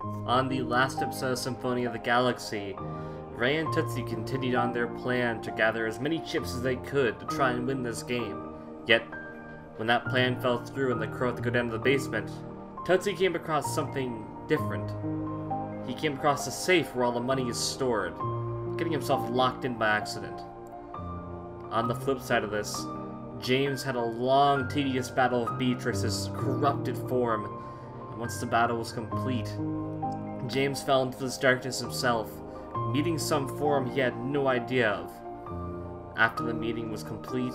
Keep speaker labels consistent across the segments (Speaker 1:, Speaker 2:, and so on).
Speaker 1: On the last episode of Symphony of the Galaxy, Ray and Tootsie continued on their plan to gather as many chips as they could to try and win this game. Yet, when that plan fell through and the crew had to go down to the basement, Tootsie came across something different. He came across a safe where all the money is stored, getting himself locked in by accident. On the flip side of this, James had a long, tedious battle with Beatrice's corrupted form, and once the battle was complete, James fell into this darkness himself, meeting some form he had no idea of. After the meeting was complete,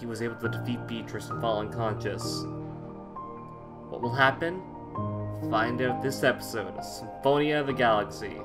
Speaker 1: he was able to defeat Beatrice and fall unconscious. What will happen? Find out this episode of Symphonia of the Galaxy.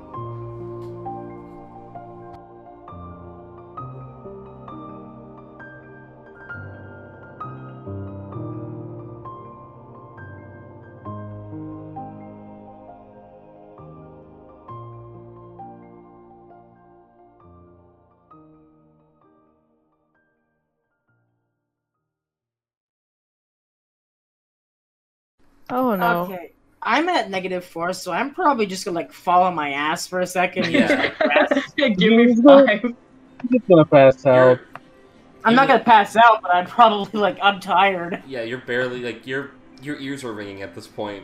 Speaker 2: Oh no.
Speaker 3: Okay. I'm at negative four, so I'm probably just gonna like fall on my ass for a second. and just, like, rest.
Speaker 4: Give me five.
Speaker 5: I'm just gonna pass out.
Speaker 3: I'm not gonna pass out, but I'm probably like I'm tired.
Speaker 1: Yeah, you're barely like your your ears are ringing at this point.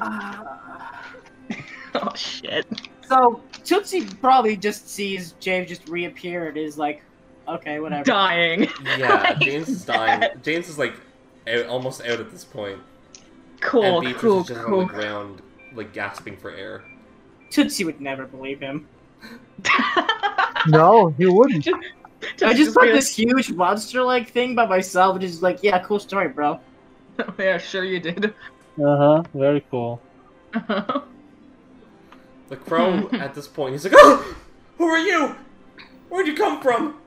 Speaker 4: Oh shit.
Speaker 3: So Tootsie probably just sees James just reappear and is like, okay, whatever.
Speaker 4: Dying.
Speaker 1: Yeah,
Speaker 4: Like
Speaker 1: James is dying. James is like out, almost out at this point. and
Speaker 4: Cool,
Speaker 1: Beatrice
Speaker 4: cool,
Speaker 1: is just
Speaker 4: cool.
Speaker 1: on the ground, like gasping for air.
Speaker 3: Tootsie would never believe him.
Speaker 5: No, he wouldn't.
Speaker 3: I just
Speaker 4: put
Speaker 3: put this huge monster-like thing by myself and just like, yeah, cool story, bro.
Speaker 4: yeah, sure you did.
Speaker 5: Uh huh. Very cool.
Speaker 1: The crow at this point, he's like, "Oh, who are you? Where'd you come from?"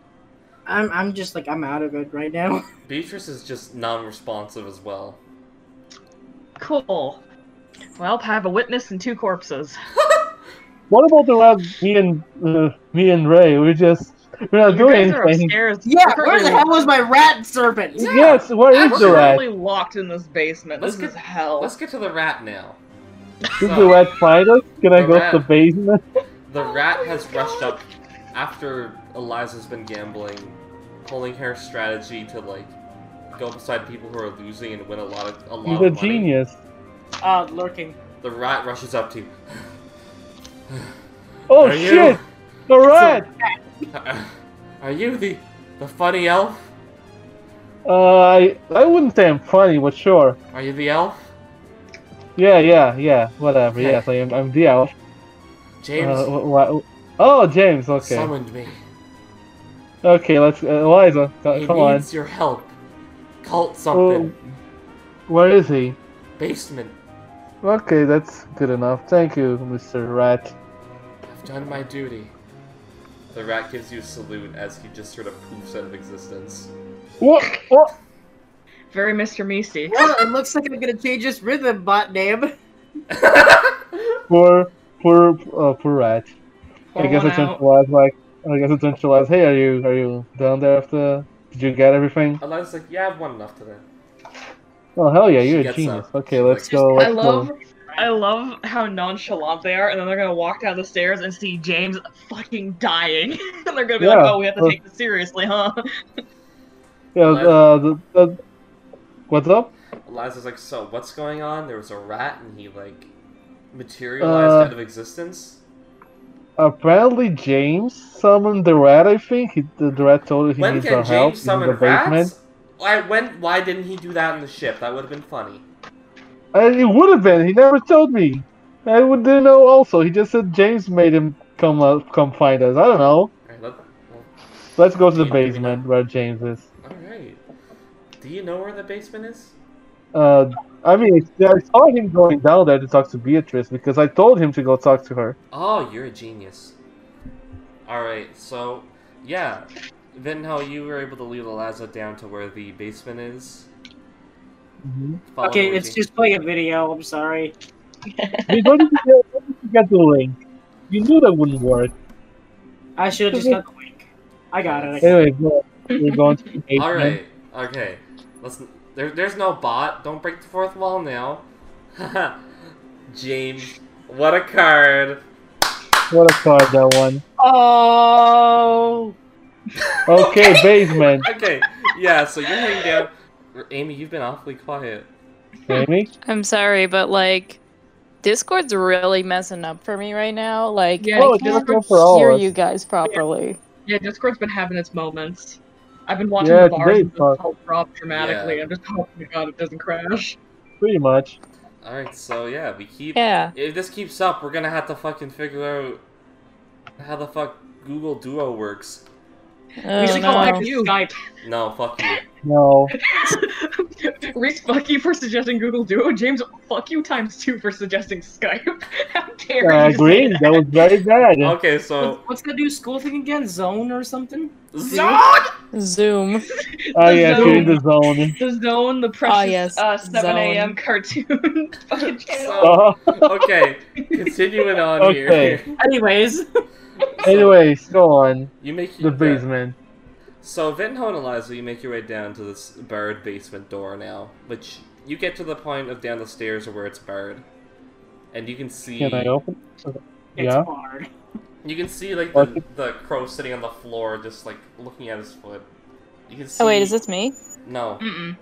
Speaker 3: I'm I'm just like I'm out of it right now.
Speaker 1: Beatrice is just non-responsive as well.
Speaker 4: cool. Well, I have a witness and two corpses.
Speaker 5: What about the lab? Me and uh, me and Ray. We just we're not
Speaker 4: you
Speaker 5: doing
Speaker 4: guys are
Speaker 5: anything.
Speaker 4: upstairs.
Speaker 3: Yeah,
Speaker 4: We're
Speaker 3: where the
Speaker 4: currently-
Speaker 3: hell was my rat serpent?
Speaker 1: Yeah.
Speaker 5: Yes. Where
Speaker 4: We're
Speaker 5: is the rat?
Speaker 4: currently locked in this basement.
Speaker 1: Let's
Speaker 4: This
Speaker 1: get-
Speaker 4: is hell.
Speaker 1: Let's get to the rat now.
Speaker 5: Did the
Speaker 1: So,
Speaker 5: rat find us? Can I
Speaker 1: The
Speaker 5: go to the
Speaker 1: rat.
Speaker 5: basement?
Speaker 1: the rat has rushed up after Eliza's been gambling, pulling her strategy to like go beside people who are losing and win a lot of a lot
Speaker 5: He's
Speaker 1: of
Speaker 5: a
Speaker 1: money.
Speaker 5: genius.
Speaker 3: Uh, lurking.
Speaker 1: The rat rushes up to you.
Speaker 5: Oh
Speaker 1: Are you-
Speaker 5: shit! The rat.
Speaker 1: Are you the the funny elf?
Speaker 5: Uh, I I wouldn't say I'm funny, but sure.
Speaker 1: Are you the elf?
Speaker 5: Yeah, yeah, yeah. Whatever.
Speaker 1: Okay.
Speaker 5: Yes, I am. I'm the elf.
Speaker 1: James
Speaker 5: Uh, wh- wh- oh, James. Okay.
Speaker 1: summoned me.
Speaker 5: Okay. Let's. Uh, Eliza, co-
Speaker 1: He
Speaker 5: come on. Oh.
Speaker 1: needs your help. Cult something.
Speaker 5: Where is he?
Speaker 1: Basement.
Speaker 5: Okay, that's good enough. Thank you, Mr. Rat.
Speaker 1: I've done my duty. The rat gives you a salute as he just sort of poofs out of existence.
Speaker 5: What? What?
Speaker 4: Very Mr. Measty.
Speaker 3: Well, it looks like I'm gonna change this rhythm bot name.
Speaker 5: Poor, poor, uh, poor rat.
Speaker 4: Pour
Speaker 5: I guess
Speaker 4: one
Speaker 5: I
Speaker 4: out.
Speaker 5: turned to Laz like, I guess I turned to Laz, hey, are you, are you down there after? Did you get everything?
Speaker 1: Eliza's like, yeah, I've won enough today.
Speaker 5: Oh, hell yeah,
Speaker 1: She
Speaker 5: you're a
Speaker 1: gets
Speaker 5: genius.
Speaker 1: up.
Speaker 5: Okay,
Speaker 1: She's
Speaker 5: let's
Speaker 1: like-
Speaker 5: go,
Speaker 4: I
Speaker 5: let's
Speaker 4: love
Speaker 5: go.
Speaker 4: I love how nonchalant they are, and then they're gonna walk down the stairs and see James fucking dying. and they're gonna be like,
Speaker 5: Yeah,
Speaker 4: oh, we have to
Speaker 5: uh,
Speaker 4: take this seriously, huh?
Speaker 5: Yeah, uh, the, the, what's up?
Speaker 1: Eliza's like, so what's going on? There was a rat and he like materialized
Speaker 5: Uh,
Speaker 1: out of existence.
Speaker 5: Apparently James summoned the rat, I think. He, the, the rat told him he
Speaker 1: When
Speaker 5: needs our
Speaker 1: can
Speaker 5: help
Speaker 1: James
Speaker 5: in the
Speaker 1: summon
Speaker 5: basement.
Speaker 1: rats? Why when why didn't he do that in the ship? That would have been funny.
Speaker 5: And it would have been, Uh, he never told me. I would, didn't know also, he just said James made him come up, come find us. I don't know.
Speaker 1: Alright, let, well,
Speaker 5: Let's go to the
Speaker 1: Yeah, maybe
Speaker 5: basement where James is.
Speaker 1: alright. Do you know where the basement is?
Speaker 5: Uh, I mean, I saw him going down there to talk to Beatrice because I told him to go talk to her.
Speaker 1: Oh, you're a genius. Alright, so, yeah. Then how you were able to lead Eliza down to where the basement is?
Speaker 2: Mm-hmm.
Speaker 1: Follow
Speaker 3: Okay,
Speaker 1: the
Speaker 3: it's
Speaker 1: routine.
Speaker 3: just playing a video. I'm sorry.
Speaker 5: I mean, where, did you get, where did you get the link? You knew that wouldn't work.
Speaker 3: I should have just got the link. I got it. I-
Speaker 5: Anyway, go- we're going to the basement.
Speaker 1: Alright, okay. Let's. There, there's no bot. Don't break the fourth wall now. James, what a card.
Speaker 5: What a card that one.
Speaker 3: Oh.
Speaker 5: Okay, basement.
Speaker 1: Okay, yeah, so you're hanging down. Amy, you've been awfully quiet.
Speaker 5: Amy?
Speaker 2: I'm sorry, but like, Discord's really messing up for me right now. Like,
Speaker 4: Yeah, Oh,
Speaker 2: I
Speaker 4: it did
Speaker 2: can't
Speaker 5: it for all
Speaker 2: hear
Speaker 5: of us.
Speaker 2: you guys properly.
Speaker 4: Yeah, Discord's been having its moments. I've been watching the
Speaker 5: Yeah, it's
Speaker 4: bars
Speaker 5: very
Speaker 4: and
Speaker 5: fun.
Speaker 4: just help drop dramatically.
Speaker 1: Yeah.
Speaker 4: I'm just hoping to God it doesn't crash.
Speaker 5: Pretty much.
Speaker 1: Alright, so yeah, we keep.
Speaker 2: Yeah.
Speaker 1: If this keeps up, we're gonna have to fucking figure out how the fuck Google Duo works.
Speaker 2: Oh,
Speaker 4: we should call
Speaker 2: no.
Speaker 4: back you. Skype.
Speaker 1: No, fuck you.
Speaker 5: No.
Speaker 4: Reese, fuck you for suggesting Google Duo. James, fuck you times two for suggesting Skype. How dare
Speaker 5: I
Speaker 4: you?
Speaker 5: agree. That was very bad.
Speaker 1: Okay, so.
Speaker 3: What's the new school thing again? Zone or something?
Speaker 1: Zod!
Speaker 2: Zoom.
Speaker 5: Oh,
Speaker 4: The
Speaker 5: yeah,
Speaker 4: zone.
Speaker 5: you're in the zone.
Speaker 4: The Zone, the precious
Speaker 2: Oh, yes,
Speaker 4: uh, 7
Speaker 2: Zone.
Speaker 4: a.m. cartoon. fucking channel.
Speaker 5: Uh,
Speaker 1: Okay, continuing on
Speaker 5: Okay.
Speaker 1: here.
Speaker 3: Anyways.
Speaker 1: So,
Speaker 5: anyways, go on.
Speaker 1: you make
Speaker 5: The
Speaker 1: your,
Speaker 5: basement.
Speaker 1: So Vinho and Eliza, you make your way down to this barred basement door now, which you get to the point of down the stairs where it's barred, and you can see
Speaker 5: Can I open?
Speaker 3: It's
Speaker 5: Yeah.
Speaker 3: hard.
Speaker 1: you can see like the,
Speaker 5: Okay.
Speaker 1: the crow sitting on the floor, just like looking at his foot. You can see.
Speaker 2: Oh wait, is this me?
Speaker 1: No,
Speaker 4: Mm-mm.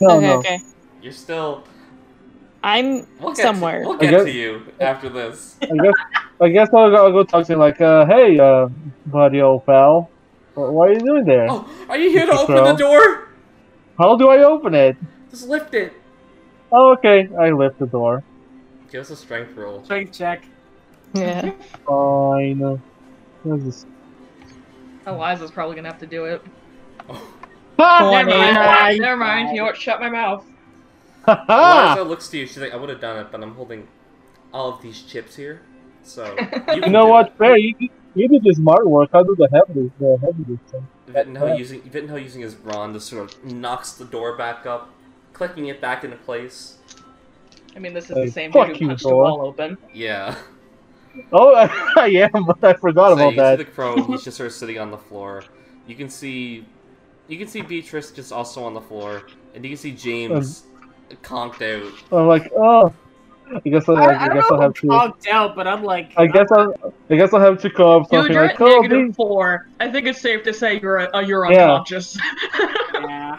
Speaker 5: No,
Speaker 2: okay,
Speaker 5: Oh, no.
Speaker 2: okay.
Speaker 1: you're still.
Speaker 2: I'm
Speaker 1: We'll get
Speaker 2: somewhere.
Speaker 1: To, we'll
Speaker 5: I
Speaker 1: get
Speaker 5: guess-
Speaker 1: to you after this.
Speaker 5: I guess I guess I'll go, I'll go talk to him. Like, uh, hey, uh, buddy, old pal, Wh- what are you doing there?
Speaker 1: Oh, are you here to
Speaker 5: Mr.
Speaker 1: open
Speaker 5: Crow?
Speaker 1: the door?
Speaker 5: How do I open it?
Speaker 1: Just lift it.
Speaker 5: Oh, okay. I lift the door.
Speaker 1: Give us a strength roll.
Speaker 3: Strength check.
Speaker 2: Yeah.
Speaker 5: Fine. This is-
Speaker 4: Eliza's probably gonna have to do it.
Speaker 1: Oh.
Speaker 5: Ha!
Speaker 4: Oh, Never mind.
Speaker 3: Twenty-nine.
Speaker 4: Never mind. You know what? Shut my mouth.
Speaker 5: Ha! ha!
Speaker 1: Eliza looks to you. She's like, I would have done it, but I'm holding all of these chips here. So you,
Speaker 5: You
Speaker 1: can
Speaker 5: know
Speaker 1: do
Speaker 5: what? Fair. You, did- you did the smart work. How do the heavy, the heavy this thing?
Speaker 1: it. Vittenho using Vittenho using his brawn to sort of knocks the door back up, clicking it back into place.
Speaker 4: I mean, this is
Speaker 5: Hey,
Speaker 4: the same
Speaker 5: fuck
Speaker 4: dude who
Speaker 5: you,
Speaker 4: punched the
Speaker 5: Thor.
Speaker 4: wall open.
Speaker 1: Yeah.
Speaker 5: Oh, I am, but I forgot
Speaker 1: so you can
Speaker 5: about
Speaker 1: see
Speaker 5: that.
Speaker 1: the crow. He's just sort of sitting on the floor. You can see, you can see Beatrice just also on the floor, and you can see James
Speaker 5: Um,
Speaker 1: conked out.
Speaker 5: I'm like, oh. I guess I'll,
Speaker 3: I, I
Speaker 5: I,
Speaker 3: don't
Speaker 5: guess
Speaker 3: know if I'm
Speaker 5: I'll have to.
Speaker 3: clogged out, but I'm like.
Speaker 5: I guess I'll. I guess I'll have to call up
Speaker 4: Dude,
Speaker 5: something
Speaker 4: you're
Speaker 5: like,
Speaker 4: at
Speaker 5: oh,
Speaker 4: negative
Speaker 5: these-
Speaker 4: four. I think it's safe to say you're uh, you're
Speaker 5: Yeah.
Speaker 4: unconscious.
Speaker 3: Yeah.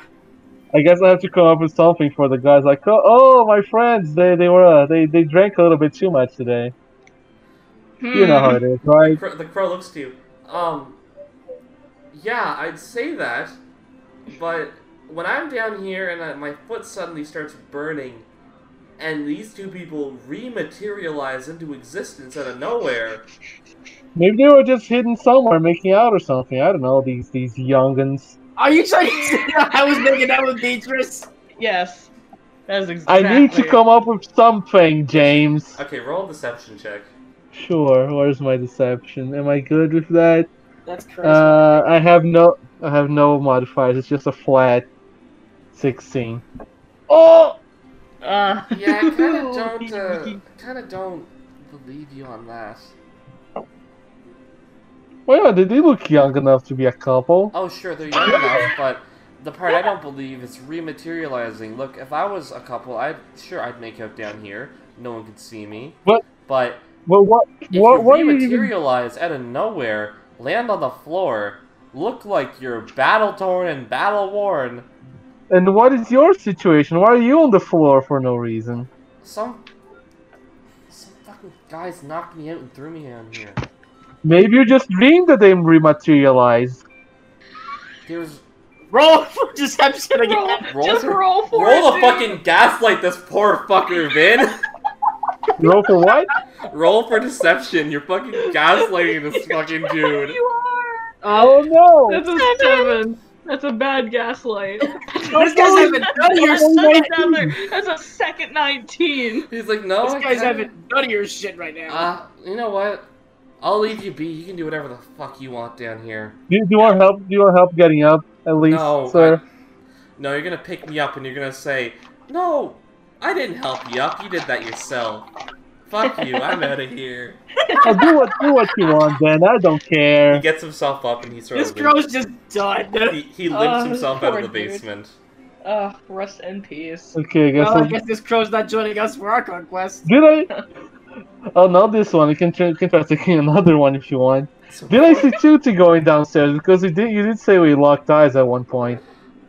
Speaker 5: I guess I have to come up with something for the guys. Like, oh, oh my friends, they they were uh, they they drank a little bit too much today.
Speaker 4: Hmm.
Speaker 5: You know how it is,
Speaker 1: The
Speaker 5: right?
Speaker 1: crow, the crow looks to you. Um, yeah, I'd say that, but when I'm down here and I, my foot suddenly starts burning, and these two people rematerialize into existence out of nowhere,
Speaker 5: Maybe they were just hidden somewhere, making out or something. I don't know. These these younguns.
Speaker 3: Are you trying to say I was making out with Beatrice?
Speaker 4: Yes. That is exactly.
Speaker 5: I need to come up with something, James.
Speaker 1: Okay, roll a deception check.
Speaker 5: Sure. Where's my deception? Am I good with that?
Speaker 3: That's crazy.
Speaker 5: Uh, I have no I have no modifiers. It's just a flat sixteen. Oh,
Speaker 4: Uh,
Speaker 1: Yeah, I kind of don't, uh, kind of don't believe you on that.
Speaker 5: well, did they look young enough to be a couple?
Speaker 1: Oh, sure, they're young enough, but the part I don't believe is rematerializing. Look, if I was a couple, I'd sure I'd make out down here. No one could see me.
Speaker 5: What?
Speaker 1: But
Speaker 5: Well, what
Speaker 1: if
Speaker 5: what
Speaker 1: you
Speaker 5: what are you even
Speaker 1: rematerialize out of nowhere, land on the floor, look like you're battle torn and battle worn,
Speaker 5: And what is your situation? Why are you on the floor for no reason?
Speaker 1: some some fucking guys knocked me out and threw me down here.
Speaker 5: Maybe you just dreamed that they rematerialized.
Speaker 1: There's
Speaker 3: roll for deception
Speaker 4: roll,
Speaker 3: again.
Speaker 1: Roll
Speaker 4: just
Speaker 1: for-
Speaker 4: roll for it.
Speaker 1: roll the
Speaker 4: dude.
Speaker 1: fucking gaslight this poor fucker, Vin.
Speaker 5: Roll for what?
Speaker 1: Roll for deception. You're fucking gaslighting this fucking dude.
Speaker 4: You are.
Speaker 5: Oh no!
Speaker 4: That's a seven. That's a bad gaslight.
Speaker 5: Oh,
Speaker 3: This guy's haven't done your
Speaker 4: That's,
Speaker 3: shit.
Speaker 4: another, that's a second 19.
Speaker 1: He's like, no,
Speaker 3: This
Speaker 1: I
Speaker 3: guy's
Speaker 1: can't."
Speaker 3: haven't done your shit right now.
Speaker 1: Uh, you know what? I'll leave you be. You can do whatever the fuck you want down here.
Speaker 5: Do, do you want help? Do you want help getting up? At least,
Speaker 1: No,
Speaker 5: sir.
Speaker 1: I- no, you're gonna pick me up and you're gonna say, no, I didn't help you up. You did that yourself. Fuck you. I'm out of here.
Speaker 5: Oh, do what do what you want, then. I don't
Speaker 1: He
Speaker 5: care.
Speaker 1: gets himself up and he sort
Speaker 3: this
Speaker 1: of limps.
Speaker 3: girl's just done.
Speaker 1: He, he limps
Speaker 2: Oh,
Speaker 1: himself out of
Speaker 2: poor
Speaker 1: the
Speaker 2: dude.
Speaker 1: basement.
Speaker 4: Ugh, rest in peace.
Speaker 5: Okay, I guess.
Speaker 3: Well, I
Speaker 5: I'll-
Speaker 3: guess this crow's not joining us for our conquest.
Speaker 5: Did I? Oh, not this one. You can, try, you can try taking another one if you want.
Speaker 1: So
Speaker 5: Did I see Tutti going downstairs? Because you did, you did say we locked eyes at one point.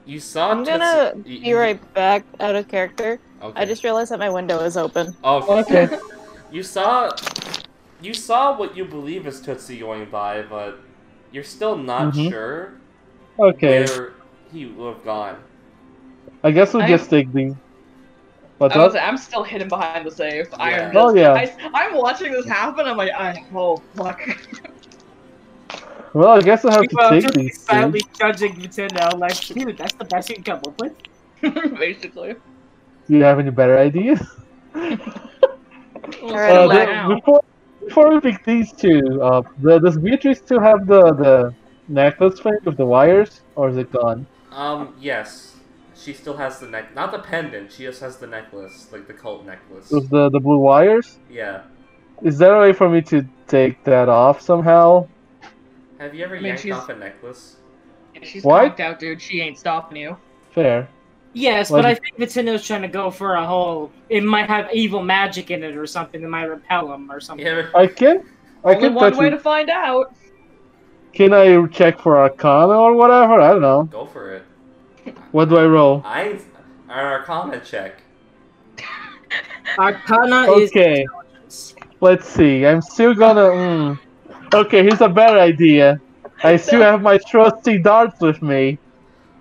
Speaker 1: you saw.
Speaker 2: I'm gonna
Speaker 1: Tetsu- you-
Speaker 2: be
Speaker 1: you-
Speaker 2: right back out of character.
Speaker 1: Okay.
Speaker 2: I just realized that my window is open.
Speaker 1: Oh, okay.
Speaker 5: Okay.
Speaker 1: You saw. You saw what you believe is Tootsie going by, but you're still not
Speaker 5: Mhm.
Speaker 1: sure
Speaker 5: Okay.
Speaker 1: where he would have gone.
Speaker 5: I guess we'll
Speaker 4: I-
Speaker 5: just take the. But
Speaker 4: I was,
Speaker 5: that-
Speaker 4: I'm still hidden behind the safe.
Speaker 1: Yeah.
Speaker 4: I'm just,
Speaker 5: Oh, yeah.
Speaker 4: I, am watching this happen. I'm like, I, oh fuck.
Speaker 5: well, I guess I have to
Speaker 3: Meanwhile,
Speaker 5: take
Speaker 3: just
Speaker 5: these. two.
Speaker 3: silently judging Nintendo, like, dude, that's the best you can come up with.
Speaker 4: Basically.
Speaker 5: Do you have any better ideas?
Speaker 4: Well,
Speaker 2: Alright,
Speaker 5: Uh,
Speaker 4: settle
Speaker 2: Relax.
Speaker 5: the-
Speaker 4: down.
Speaker 5: before, before we pick these two up, the, does Beatrice still have the, the necklace thing with the wires, or is it gone?
Speaker 1: Um. Yes. She still has the neck, not the pendant. She just has the necklace, like the cult necklace.
Speaker 5: With the, the blue wires?
Speaker 1: Yeah.
Speaker 5: Is there a way for me to take that off somehow?
Speaker 1: Have you ever
Speaker 4: I mean,
Speaker 1: yanked
Speaker 4: she's-
Speaker 1: off a necklace?
Speaker 4: She's
Speaker 5: What?
Speaker 4: knocked out, dude. She ain't stopping you.
Speaker 5: Fair.
Speaker 3: Yes,
Speaker 5: Well,
Speaker 3: but I
Speaker 5: you-
Speaker 3: think Nintendo's trying to go for a whole. It might have evil magic in it or something that might repel him or something.
Speaker 1: Yeah.
Speaker 5: I can. I
Speaker 4: Only
Speaker 5: can
Speaker 4: one
Speaker 5: touch.
Speaker 4: way
Speaker 5: it.
Speaker 4: to find out.
Speaker 5: Can I check for Arcana or whatever? I don't know.
Speaker 1: Go for it.
Speaker 5: What do I roll?
Speaker 1: I ain't an Arcana check.
Speaker 3: Arcana
Speaker 5: Okay,
Speaker 3: is.
Speaker 5: let's see. I'm still gonna. Mm. Okay, here's a better idea. I still have my trusty darts with me.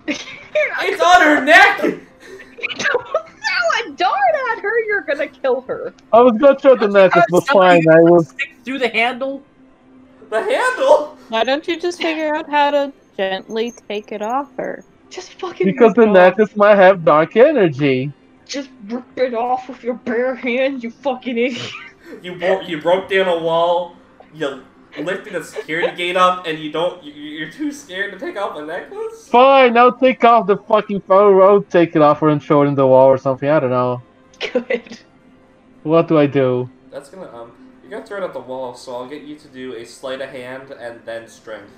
Speaker 1: It's on her neck.
Speaker 4: Don't throw a dart at her. You're gonna kill her.
Speaker 5: I was gonna throw the necklace, but
Speaker 3: Somebody
Speaker 5: fine. I will.
Speaker 3: Stick through the handle.
Speaker 1: The handle.
Speaker 2: Why don't you just figure out how to gently take it off her?
Speaker 4: Just fucking.
Speaker 5: Because
Speaker 4: rip
Speaker 5: the
Speaker 4: it off.
Speaker 5: necklace might have dark energy.
Speaker 4: Just rip it off with your bare hand. You fucking idiot.
Speaker 1: You broke. You broke down a wall. You lifted a security gate up, and you don't. You, you're too scared to take off a necklace.
Speaker 5: Fine, I'll take off the fucking phone. I'll take it off and throw it in the wall or something. I don't know.
Speaker 4: Good.
Speaker 5: What do I do?
Speaker 1: That's gonna um. You're gonna throw it at the wall, so I'll get you to do a sleight of hand and then strength.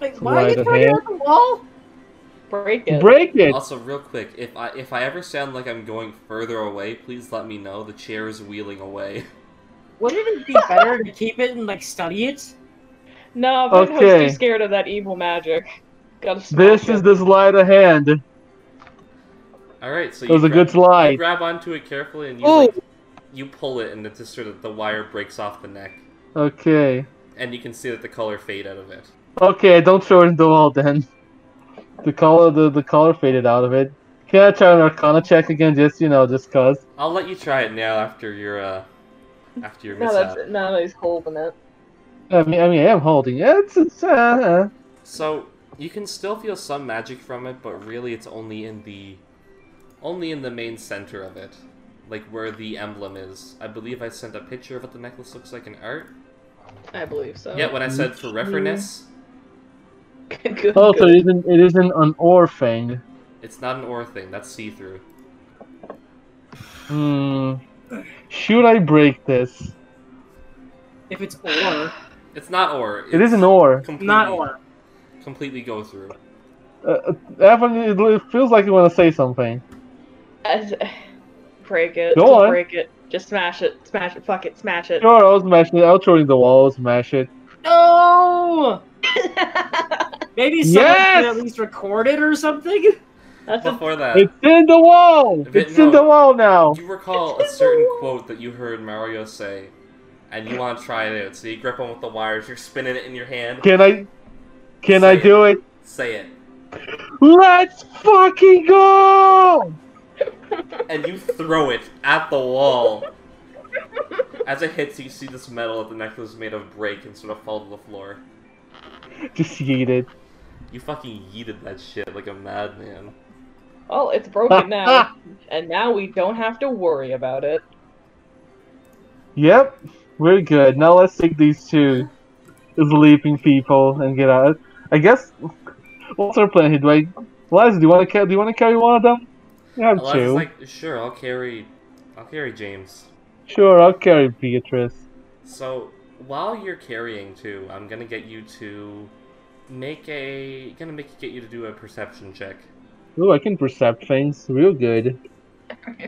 Speaker 3: Like, why are
Speaker 5: Right
Speaker 3: you
Speaker 5: of
Speaker 3: throwing it
Speaker 5: hand.
Speaker 3: at the wall?
Speaker 4: Break it.
Speaker 5: Break it.
Speaker 1: Also, real quick, if I if I ever sound like I'm going further away, please let me know. The chair is wheeling away.
Speaker 3: Wouldn't it be better to keep it and like study it?
Speaker 4: No, Vinho's
Speaker 5: Okay.
Speaker 4: too scared of that evil magic. Gotta smash
Speaker 5: This
Speaker 4: it.
Speaker 5: is the slide of hand. It
Speaker 1: All right, so you
Speaker 5: was a
Speaker 1: grab-
Speaker 5: good slide.
Speaker 1: You grab onto it carefully, and you
Speaker 2: Ooh.
Speaker 4: Oh.
Speaker 1: like, you pull it, and it just sort of the wire breaks off the neck,
Speaker 5: Okay.
Speaker 1: and you can see that the color fade out of it.
Speaker 5: Okay, I don't throw it in the wall then. The color the, the color faded out of it. Can I try an arcana check again just you know, just cause?
Speaker 1: I'll let you try it now after your uh, after your
Speaker 4: No, that's
Speaker 1: mishap.
Speaker 4: it. No, he's holding it.
Speaker 5: I mean I mean I am holding. Yeah, it's, it's uh,
Speaker 1: So you can still feel some magic from it, but really it's only in the only in the main center of it, like where the emblem is. I believe I sent a picture of what the necklace looks like in art.
Speaker 4: I believe so.
Speaker 1: Yeah, when I said for reference,
Speaker 4: Good, good,
Speaker 5: oh so it isn't it isn't an ore thing.
Speaker 1: it's not an ore thing. That's see through.
Speaker 5: Hmm. Should I break this?
Speaker 3: If it's or,
Speaker 1: It's not ore. It's
Speaker 5: It is an ore.
Speaker 1: Completely,
Speaker 3: not or.
Speaker 1: Completely go through.
Speaker 5: Uh, uh, Evan, it it feels like you want to say something.
Speaker 4: As- break it.
Speaker 5: Go
Speaker 4: Just
Speaker 5: on.
Speaker 4: Break it. Just smash it. Smash it. Fuck it. Smash it.
Speaker 5: Sure, I'll smash it. I'll throw it in the wall. I'll smash it.
Speaker 3: No. Maybe someone
Speaker 5: Yes! Uh-huh.
Speaker 3: could at least record it or something.
Speaker 4: That's a
Speaker 1: Before that,
Speaker 5: It's in the wall.
Speaker 1: If it-
Speaker 5: It's in
Speaker 1: Uh, no.
Speaker 5: the wall now.
Speaker 1: you recall a certain quote that you heard Mario say, and you want to try it out. So you grip on with the wires. You're spinning it in your hand.
Speaker 5: Can I? Can I
Speaker 1: Say it.
Speaker 5: do it?
Speaker 1: Say it.
Speaker 5: Let's fucking go!
Speaker 1: and you throw it at the wall. As it hits, you see this metal that the necklace is made of break and sort of fall to the floor.
Speaker 5: Just yeet it.
Speaker 1: You fucking yeeted that shit like a madman.
Speaker 4: well, it's broken now, and now we don't have to worry about it.
Speaker 5: Yep, we're good. Now let's take these two sleeping people and get out. I guess. What's our plan here? Do I, Liza? Do you want to carry? Do you want to carry one of them? You have
Speaker 1: Eliza's
Speaker 5: two.
Speaker 1: like, sure, I'll carry, I'll carry James.
Speaker 5: Sure, I'll carry Beatrice.
Speaker 1: So while you're carrying two, I'm gonna get you to make a, gonna make get you to do a perception check.
Speaker 5: Ooh, I can percept things real good.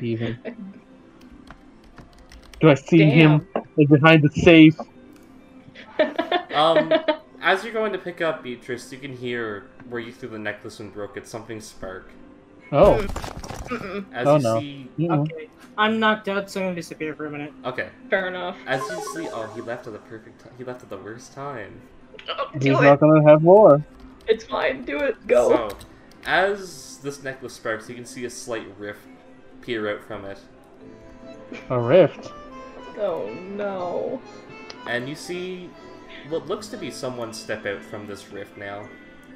Speaker 5: Even. Do I see him like, behind the safe?
Speaker 1: Um, As you're going to pick up Beatrice, you can hear where you threw the necklace and broke it. Something spark.
Speaker 5: Oh,
Speaker 4: Mm-mm.
Speaker 1: As
Speaker 5: Oh,
Speaker 1: you
Speaker 5: no.
Speaker 1: see,
Speaker 5: mm,
Speaker 3: Okay. I'm knocked out, so I'm gonna disappear for a minute.
Speaker 1: okay.
Speaker 4: Fair enough.
Speaker 1: As you see, oh, he left at the perfect. time. He left at the worst time.
Speaker 4: Oh,
Speaker 5: he's
Speaker 4: do it.
Speaker 5: not gonna have more.
Speaker 4: It's fine. Do it. Go.
Speaker 1: So, as this necklace sparks, you can see a slight rift peer out from it,
Speaker 5: A rift.
Speaker 4: Oh no.
Speaker 1: and you see what looks to be someone step out from this rift. Now,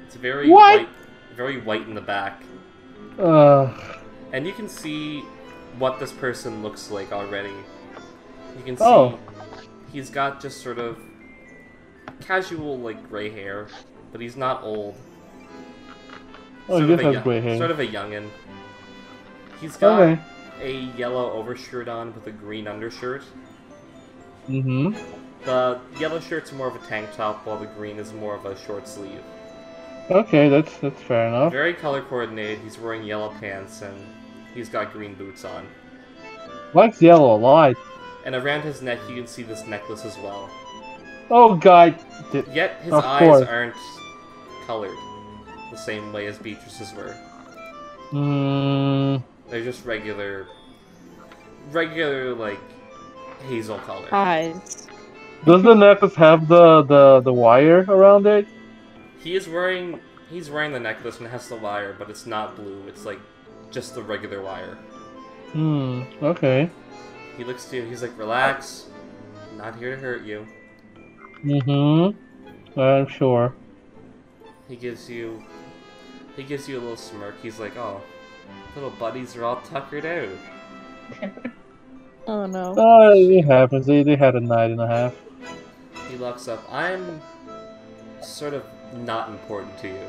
Speaker 1: it's very
Speaker 5: What?
Speaker 1: white, very white in the back,
Speaker 5: Uh,
Speaker 1: and you can see what this person looks like already. You can see
Speaker 5: Oh.
Speaker 1: he's got just sort of casual like gray hair, but he's not old.
Speaker 5: oh,
Speaker 1: sort
Speaker 5: he
Speaker 1: of
Speaker 5: just
Speaker 1: a
Speaker 5: has
Speaker 1: young-
Speaker 5: gray hair.
Speaker 1: Sort of a youngin. He's got
Speaker 5: okay.
Speaker 1: a yellow overshirt on with a green undershirt.
Speaker 5: Mm-hmm.
Speaker 1: The yellow shirt's more of a tank top, while the green is more of a short sleeve.
Speaker 5: Okay, that's that's fair enough.
Speaker 1: Very color coordinated. He's wearing yellow pants and he's got green boots on.
Speaker 5: Likes yellow a lot.
Speaker 1: And around his neck, you can see this necklace as well.
Speaker 5: Oh god. Did-
Speaker 1: Yet his
Speaker 5: Of
Speaker 1: eyes
Speaker 5: course.
Speaker 1: aren't colored the same way as Beatrice's were.
Speaker 5: Mm,
Speaker 1: They're just regular, regular like hazel color.
Speaker 2: Eyes.
Speaker 5: does the necklace have the, the the wire around it?
Speaker 1: He is wearing he's wearing the necklace and has the wire, but it's not blue. It's like just the regular wire.
Speaker 5: Hmm. Okay.
Speaker 1: He looks to you. He's like, relax. I'm not here to hurt you.
Speaker 5: Mm-hmm. I'm sure.
Speaker 1: He gives you he gives you a little smirk. He's like, oh, little buddies are all tuckered out.
Speaker 2: Oh no.
Speaker 5: Uh, it happens. They, they had a night and a half.
Speaker 1: He locks up. I'm sort of not important to you.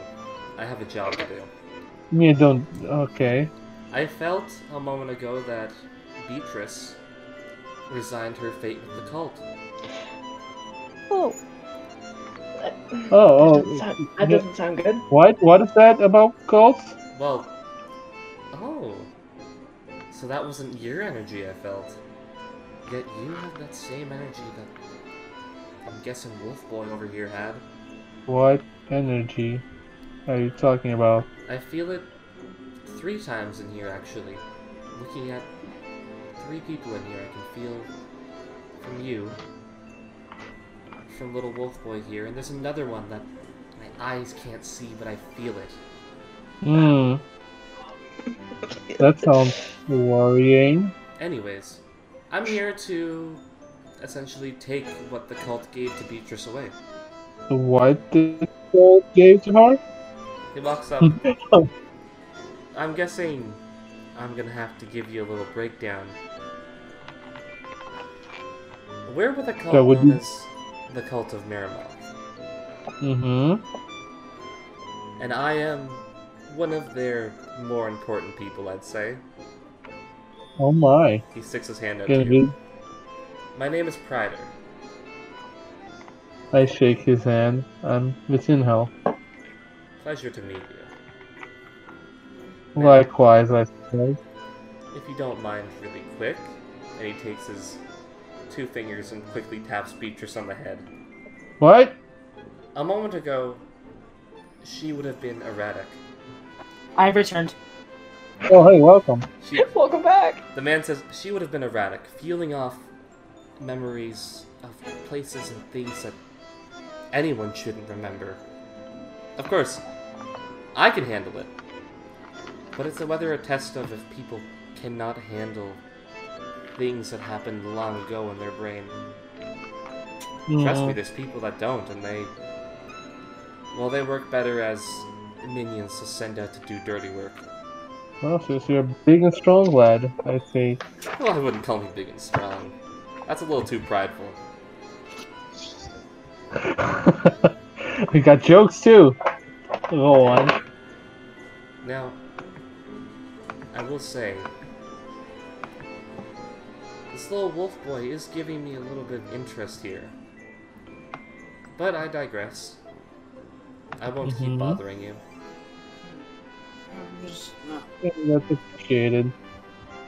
Speaker 1: I have a job to do.
Speaker 5: You don't. Okay.
Speaker 1: I felt a moment ago that Beatrice resigned her fate with the cult.
Speaker 2: Oh.
Speaker 4: That
Speaker 5: Oh,
Speaker 4: doesn't
Speaker 5: oh.
Speaker 4: sound, that doesn't sound good.
Speaker 5: What? What is that about cults?
Speaker 1: Well, oh, so that wasn't your energy I felt. Yet you have that same energy that I'm guessing Wolf Boy over here had.
Speaker 5: What energy are you talking about?
Speaker 1: I feel it three times in here actually. Looking at three people in here, I can feel from you, from little Wolf Boy here, and there's another one that my eyes can't see, but I feel it.
Speaker 5: Hmm. That sounds worrying.
Speaker 1: Anyways, I'm here to essentially take what the cult gave to Beatrice away.
Speaker 5: What did the cult gave to her?
Speaker 1: He walks up. I'm guessing I'm gonna have to give you a little breakdown. Where were the cult
Speaker 5: That would
Speaker 1: known
Speaker 5: be-
Speaker 1: as the cult of Merrimack?
Speaker 5: Mm-hmm.
Speaker 1: And I am one of their more important people, I'd say.
Speaker 5: Oh my.
Speaker 1: He sticks his hand out
Speaker 5: Gonna
Speaker 1: to you.
Speaker 5: be-
Speaker 1: My name is Prider.
Speaker 5: I shake his hand. I'm it's in hell.
Speaker 1: Pleasure to meet you.
Speaker 5: Likewise, I say.
Speaker 1: If you don't mind, really quick. And he takes his two fingers and quickly taps Beatrice on the head.
Speaker 5: What?
Speaker 1: A moment ago, she would have been erratic.
Speaker 3: I've returned.
Speaker 5: Oh, hey, welcome.
Speaker 1: She,
Speaker 4: Welcome back.
Speaker 1: the man says she would have been erratic, feeling off memories of places and things that anyone shouldn't remember. Of course, I can handle it. But it's a whether a test of if people cannot handle things that happened long ago in their brain. Trust me,
Speaker 5: Mm,
Speaker 1: there's people that don't, and they. Well, they work better as minions to send out to do dirty work.
Speaker 5: Mm-hmm. well, since you're a big and strong lad, I say.
Speaker 1: Well, I wouldn't call me big and strong. That's a little too prideful.
Speaker 5: we got jokes too. Go on.
Speaker 1: Now, I will say, this little wolf boy is giving me a little bit of interest here. But I digress. I won't keep
Speaker 5: Mhm.
Speaker 1: bothering you.
Speaker 3: I'm just, no.
Speaker 5: That's appreciated.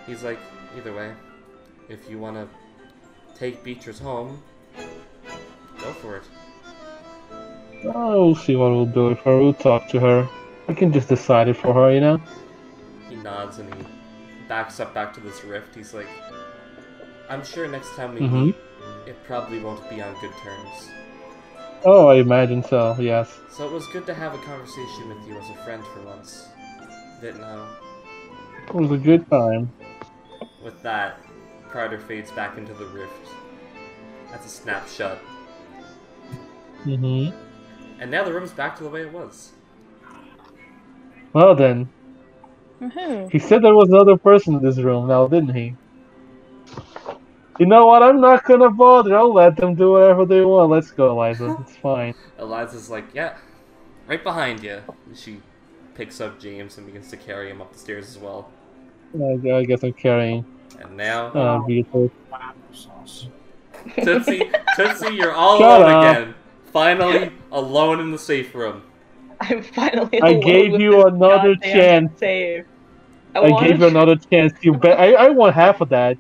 Speaker 1: He's like, either way, if you want to take Beatrice home, go for it.
Speaker 5: Oh, we'll see what we'll do with her. We'll talk to her. I can just decide it for her, you know?
Speaker 1: He nods and he backs up back to this rift. He's like, I'm sure next time we
Speaker 5: Mhm.
Speaker 1: meet, it probably won't be on good terms.
Speaker 5: Oh, I imagine so, yes.
Speaker 1: So it was good to have a conversation with you as a friend for once. Didn't know.
Speaker 5: It was a good time.
Speaker 1: With that, Carter fades back into the rift. That's a snapshot. Mm-hmm.
Speaker 5: hmm
Speaker 1: And now the room's back to the way it was.
Speaker 5: Well then,
Speaker 2: Woohoo.
Speaker 5: he said there was another person in this room now, didn't he? You know what? I'm not gonna bother. I'll let them do whatever they want. Let's go, Eliza. It's fine.
Speaker 1: Eliza's like, yeah, right behind you. She picks up James and begins to carry him up the stairs as well.
Speaker 5: I, I guess I'm carrying.
Speaker 1: And now,
Speaker 5: Uh, beautiful.
Speaker 3: Applesauce.
Speaker 1: Tootsie, Tootsie, you're all
Speaker 5: Shut
Speaker 1: alone
Speaker 5: up.
Speaker 1: again. Finally, alone in the safe room.
Speaker 4: I'm finally.
Speaker 5: I
Speaker 4: alone
Speaker 5: gave
Speaker 4: with
Speaker 5: you
Speaker 4: this
Speaker 5: another
Speaker 4: goddamn
Speaker 5: chance.
Speaker 4: Save. I,
Speaker 5: I
Speaker 4: wanna
Speaker 5: gave you another chance. You bet. I, I want half of that.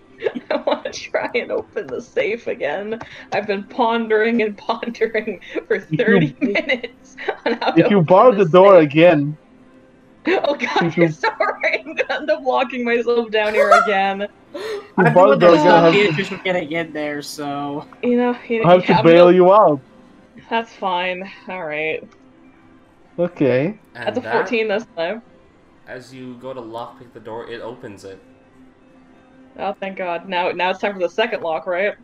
Speaker 4: I want to try and open the safe again. I've been pondering and pondering for 30 minutes on how to
Speaker 5: If you
Speaker 4: open
Speaker 5: barred the
Speaker 4: this
Speaker 5: door
Speaker 4: safe.
Speaker 5: again,
Speaker 4: Oh god,
Speaker 5: if you-
Speaker 4: I'm sorry. I'm gonna end up locking myself down here again.
Speaker 5: you
Speaker 3: I
Speaker 5: barred the
Speaker 3: thought
Speaker 5: door
Speaker 3: there's
Speaker 5: again. I
Speaker 3: no
Speaker 5: have to,
Speaker 3: Beatrice was gonna get there, so
Speaker 4: You know, you
Speaker 5: I have to
Speaker 4: I'm
Speaker 5: bail
Speaker 4: not-
Speaker 5: you out.
Speaker 4: That's fine. All right.
Speaker 5: Okay.
Speaker 1: And
Speaker 4: That's a
Speaker 1: that,
Speaker 4: 14 this time.
Speaker 1: as you go to lockpick the door, it opens it.
Speaker 4: Oh, thank God. Now, now it's time for the second lock, right?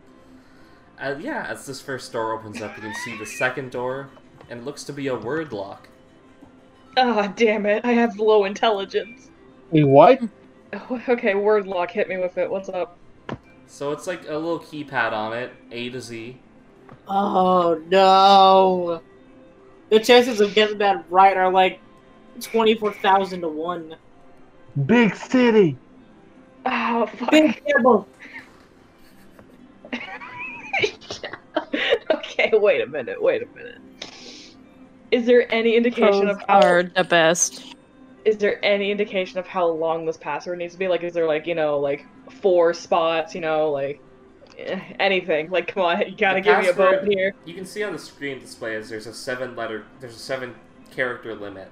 Speaker 1: Uh, yeah, as this first door opens up, you can see the second door, and it looks to be a word lock.
Speaker 4: Ah, damn it. I have low intelligence.
Speaker 5: Wait, what?
Speaker 4: Oh, okay, word lock. Hit me with it. What's up?
Speaker 1: So it's like a little keypad on it, A to Z.
Speaker 3: oh no. The chances of getting that right are like twenty-four thousand to one.
Speaker 5: Big city.
Speaker 4: Oh, fuck.
Speaker 3: Big gamble.
Speaker 4: okay, wait a minute. Wait a minute. Is there any indication
Speaker 2: Pros
Speaker 4: of how?
Speaker 2: are the best.
Speaker 4: Is there any indication of how long this password needs to be? Like, is there like you know like four spots? You know like eh, anything? Like, come on, you
Speaker 1: The
Speaker 4: gotta give me a vote
Speaker 1: password-
Speaker 4: here.
Speaker 1: You can see on the screen display is there's a seven letter, there's a seven character limit.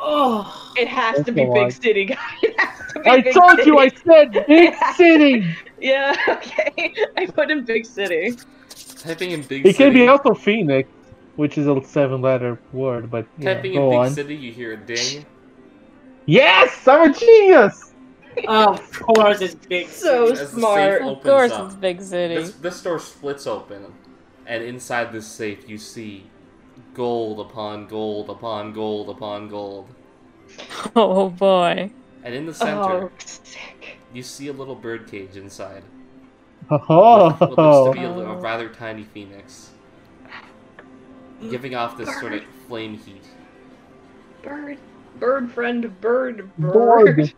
Speaker 3: Oh,
Speaker 4: It has to
Speaker 5: That's
Speaker 4: be
Speaker 5: a lot.
Speaker 4: big city, guys. It has to be
Speaker 5: I
Speaker 4: big
Speaker 5: told
Speaker 4: city.
Speaker 5: you. I said big city.
Speaker 4: Yeah. Okay. I put in big city.
Speaker 1: Typing in big
Speaker 5: It
Speaker 1: city.
Speaker 5: can be also Phoenix, which is a seven-letter word, but you know,
Speaker 1: Typing in
Speaker 5: go
Speaker 1: big
Speaker 5: on.
Speaker 1: city, you hear a ding.
Speaker 5: Yes, I'm a genius.
Speaker 3: oh, of course it's big.
Speaker 4: So
Speaker 1: As the safe
Speaker 4: smart.
Speaker 2: Of
Speaker 1: opens
Speaker 2: course,
Speaker 1: up,
Speaker 2: it's big city.
Speaker 1: This, this door splits open, and inside this safe, you see gold upon gold upon gold upon gold.
Speaker 2: Oh boy.
Speaker 1: And in the
Speaker 4: Oh,
Speaker 1: center,
Speaker 4: sick.
Speaker 1: you see a little bird cage inside.
Speaker 5: Oh,
Speaker 1: What looks to be a, li- a
Speaker 2: Oh.
Speaker 1: rather tiny phoenix, giving off this sort of flame heat.
Speaker 4: Bird, bird friend, bird,
Speaker 5: Bored.
Speaker 4: bird,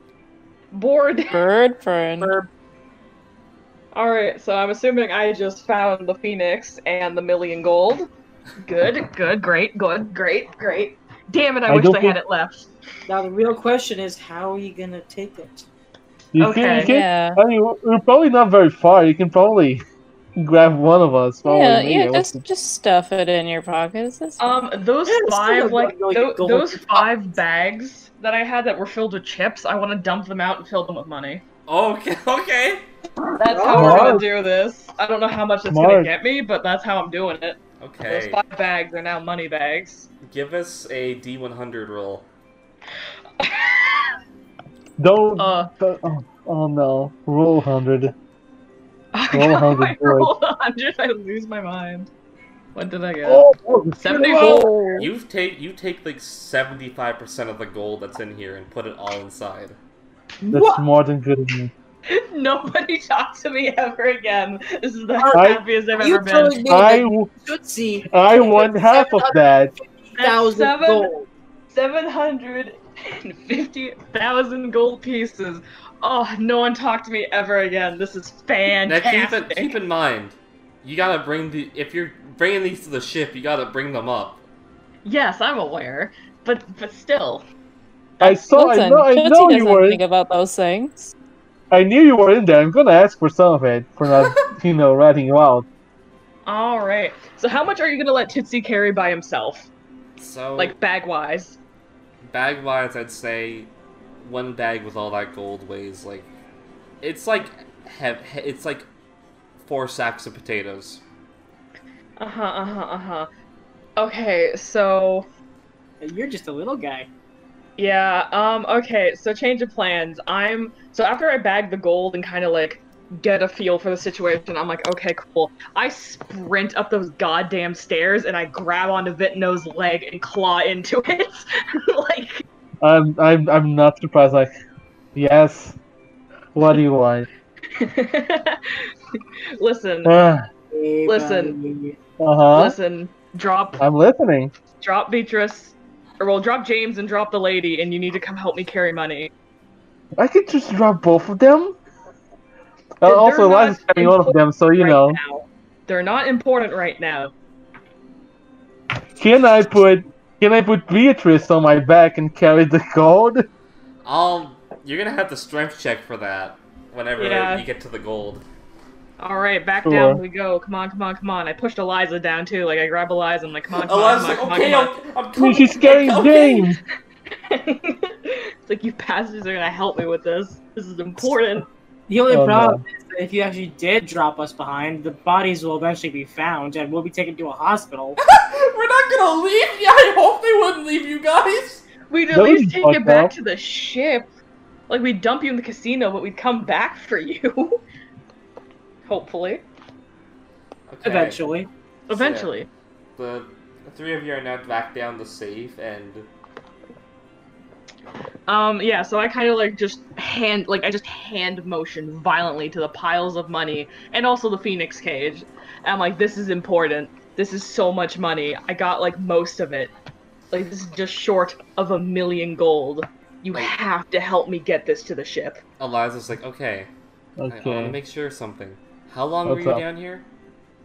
Speaker 4: board.
Speaker 2: Bird friend.
Speaker 4: All right, so I'm assuming I just found the phoenix and the million gold. Good, good, great, good, great, great. Damn it! I,
Speaker 5: I
Speaker 4: wish
Speaker 5: don't
Speaker 4: they
Speaker 5: think-
Speaker 4: had it left.
Speaker 3: Now the real question is, how are you gonna take it?
Speaker 5: you can,
Speaker 4: Okay.
Speaker 5: you can,
Speaker 2: Yeah.
Speaker 5: I mean, we're- we're probably not very far. You can probably grab one of us. Oh, Probably
Speaker 2: Yeah,
Speaker 5: me.
Speaker 2: yeah,
Speaker 5: I
Speaker 2: just
Speaker 5: wasn't-
Speaker 2: just stuff it in your pocket. It's this
Speaker 4: Um, those
Speaker 3: Yeah, it's still
Speaker 4: five
Speaker 3: a
Speaker 4: like
Speaker 3: really
Speaker 4: tho-
Speaker 3: good gold.
Speaker 4: those five bags that I had that were filled with chips. I want to dump them out and fill them with money.
Speaker 1: Okay, okay.
Speaker 4: That's how we're gonna
Speaker 5: Smart.
Speaker 4: do this. I don't know how much it's gonna
Speaker 5: Smart.
Speaker 4: get me, but that's how I'm doing it. Those
Speaker 1: Okay.
Speaker 4: five bags are now money bags.
Speaker 1: Give us a D100 roll.
Speaker 5: Don't.
Speaker 4: Uh,
Speaker 5: don't- oh, oh no. Roll hundred.
Speaker 4: I
Speaker 5: how the
Speaker 4: rolled a hundred. I lose my mind. What did I get?
Speaker 5: Oh, oh,
Speaker 4: Seventy-four.
Speaker 1: You take you take like 75% of the gold that's in here and put it all inside.
Speaker 5: That's more than good of me.
Speaker 4: Nobody talk to me ever again. This is the
Speaker 5: I-
Speaker 4: happiest I've
Speaker 3: you
Speaker 4: ever been.
Speaker 3: telling me
Speaker 5: I,
Speaker 3: that
Speaker 5: w-
Speaker 3: Tootsie
Speaker 5: I won half of that.
Speaker 3: thousand
Speaker 4: seven-
Speaker 3: gold?
Speaker 4: Seven hundred and fifty thousand gold pieces. Oh, no one talked to me ever again. This is
Speaker 1: Now keep,
Speaker 4: fantastic.
Speaker 1: it, keep in mind, you gotta bring the if you're bringing these to the ship, you gotta bring them up.
Speaker 4: Yes, I'm aware, but but still,
Speaker 5: I saw. I know. I
Speaker 2: Tootsie
Speaker 5: know you
Speaker 2: doesn't
Speaker 5: were.
Speaker 2: think about those things.
Speaker 5: I knew you were in there. I'm gonna ask for some of it for not, you know, ratting you out.
Speaker 4: All right. So how much are you gonna let Tootsie carry by himself,
Speaker 1: So
Speaker 4: like bag wise?
Speaker 1: bag wise, I'd say one bag with all that gold weighs like it's like hev it's like four sacks of potatoes.
Speaker 4: Uh huh. Uh huh. Uh huh. Okay. So
Speaker 3: You're just a little guy.
Speaker 4: yeah. Um. Okay. So change of plans. I'm. So after I bag the gold and kind of like get a feel for the situation, I'm like, okay, cool. I sprint up those goddamn stairs and I grab onto Vitno's leg and claw into it. like
Speaker 5: I'm. I'm. I'm not surprised. Like, yes. What do you want?
Speaker 4: listen,
Speaker 5: Uh
Speaker 3: Hey,
Speaker 4: Listen.
Speaker 3: buddy.
Speaker 5: huh.
Speaker 4: listen, drop,
Speaker 5: Uh-huh. I'm listening.
Speaker 4: drop Beatrice, or well, drop James and drop the lady, and you need to come help me carry money.
Speaker 5: I could just drop both of them. Uh,
Speaker 4: They're
Speaker 5: also,
Speaker 4: not
Speaker 5: Eliza's carrying one of them, so you
Speaker 4: right
Speaker 5: know.
Speaker 4: now. they're not important right now.
Speaker 5: Can I put? Can I put Beatrice on my back and carry the gold?
Speaker 1: I'll you're gonna have to strength check for that whenever
Speaker 4: Yeah.
Speaker 1: you get to the gold.
Speaker 4: All right, back
Speaker 5: Sure.
Speaker 4: down we go. Come on, come on, come on. I pushed Eliza down too. Like I grab Eliza. I'm like, come on, come on,
Speaker 1: Eliza's
Speaker 4: come on,
Speaker 1: like,
Speaker 4: come on,
Speaker 1: okay,
Speaker 4: come on.
Speaker 1: I'm, I'm coming.
Speaker 5: She's carrying
Speaker 1: okay.
Speaker 5: James.
Speaker 4: it's like you bastards are gonna help me with this. This is important.
Speaker 3: The only
Speaker 5: Oh, no.
Speaker 3: problem is that if you actually did drop us behind, the bodies will eventually be found and we'll be taken to a hospital.
Speaker 1: We're not gonna leave. Yeah, I hope they wouldn't leave you guys.
Speaker 4: We'd at
Speaker 5: That was
Speaker 4: least take
Speaker 5: fucked
Speaker 4: it back
Speaker 5: up.
Speaker 4: to the ship. Like we'd dump you in the casino, but we'd come back for you. Hopefully.
Speaker 1: Okay.
Speaker 3: eventually.
Speaker 4: Eventually.
Speaker 1: The the three of you are now back down the safe, and
Speaker 4: Um, yeah, so I kinda like just hand like I just hand motion violently to the piles of money and also the Phoenix cage. And I'm like, this is important. This is so much money. I got like most of it. Like this is just short of a million gold. You
Speaker 1: Wait.
Speaker 4: have to help me get this to the ship.
Speaker 1: Eliza's like, okay, I- I, want to
Speaker 5: Okay.
Speaker 1: make sure of something. How long
Speaker 5: What's
Speaker 1: were you
Speaker 5: up?
Speaker 1: down here?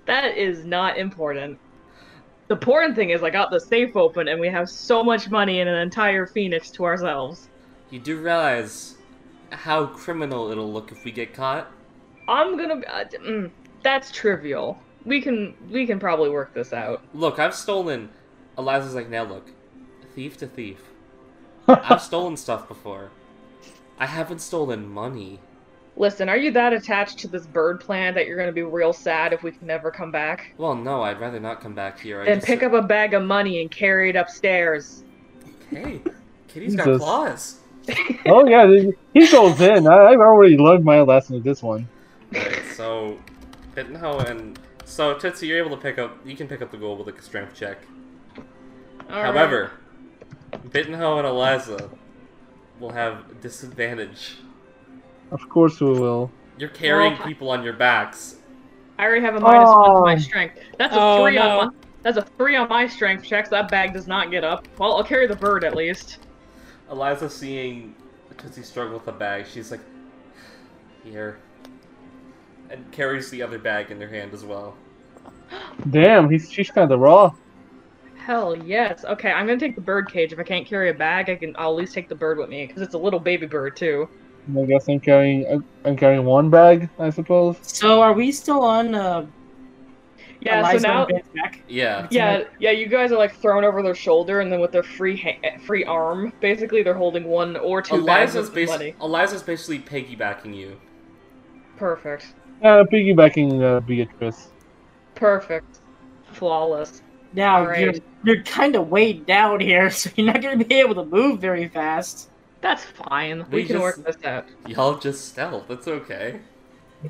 Speaker 4: That is not important. The important thing is I got the safe open and we have so much money and an entire phoenix to ourselves.
Speaker 1: You do realize how criminal it'll look if we get caught.
Speaker 4: I'm gonna. Uh, d- mm, that's trivial. We can we can probably work this out.
Speaker 1: Look, I've stolen. Eliza's like, now look, thief to thief. I've stolen stuff before. I haven't stolen money.
Speaker 4: Listen, are you that attached to this bird plan that you're gonna be real sad if we can never come back?
Speaker 1: Well, no, I'd rather not come back here. I
Speaker 4: Then
Speaker 1: just-
Speaker 4: pick up a bag of money and carry it upstairs.
Speaker 1: Hey, kitty's got
Speaker 5: Jesus.
Speaker 1: claws.
Speaker 5: oh yeah, dude, he goes in. I, I've already learned my lesson with this one.
Speaker 1: Alright, so, but no, and so Tootsie, you're able to pick up. You can pick up the gold with a strength check.
Speaker 4: All right.
Speaker 1: However, Bittenho and Eliza will have disadvantage.
Speaker 5: Of course we will.
Speaker 1: You're carrying
Speaker 4: Well-
Speaker 1: people on your backs.
Speaker 4: I already have a minus one to my
Speaker 5: Oh.
Speaker 4: strength. That's a
Speaker 2: Oh,
Speaker 4: three
Speaker 2: no.
Speaker 4: on my, that's a three on my strength check. So that bag does not get up. Well, I'll carry the bird at least.
Speaker 1: Eliza, seeing Tootsie struggle with the bag, she's like, "Here," and carries the other bag in her hand as well.
Speaker 5: Damn, he's she's kind of raw.
Speaker 4: Hell yes. Okay, I'm gonna take the bird cage. If I can't carry a bag, I can. I'll at least take the bird with me because it's a little baby bird too.
Speaker 5: I guess I'm carrying. I'm- I'm carrying one bag, I suppose.
Speaker 3: So are we still on uh
Speaker 4: Yeah.
Speaker 3: Eliza
Speaker 4: so now.
Speaker 3: and Ben's back?
Speaker 1: Yeah,
Speaker 4: Yeah, yeah. You guys are like thrown over their shoulder, and then with their free ha- free arm, basically they're holding one or two bags
Speaker 1: Eliza's
Speaker 4: of money.
Speaker 1: basically Eliza's basically piggybacking you.
Speaker 4: Perfect.
Speaker 5: Uh, piggybacking uh, Beatrice.
Speaker 4: Perfect. Flawless.
Speaker 3: Now
Speaker 4: All right.
Speaker 3: you're you're kinda weighed down here, so you're not gonna be able to move very fast.
Speaker 4: That's fine.
Speaker 1: We
Speaker 4: We, can
Speaker 1: just-
Speaker 4: work this out.
Speaker 1: Y'all just stealth. That's okay.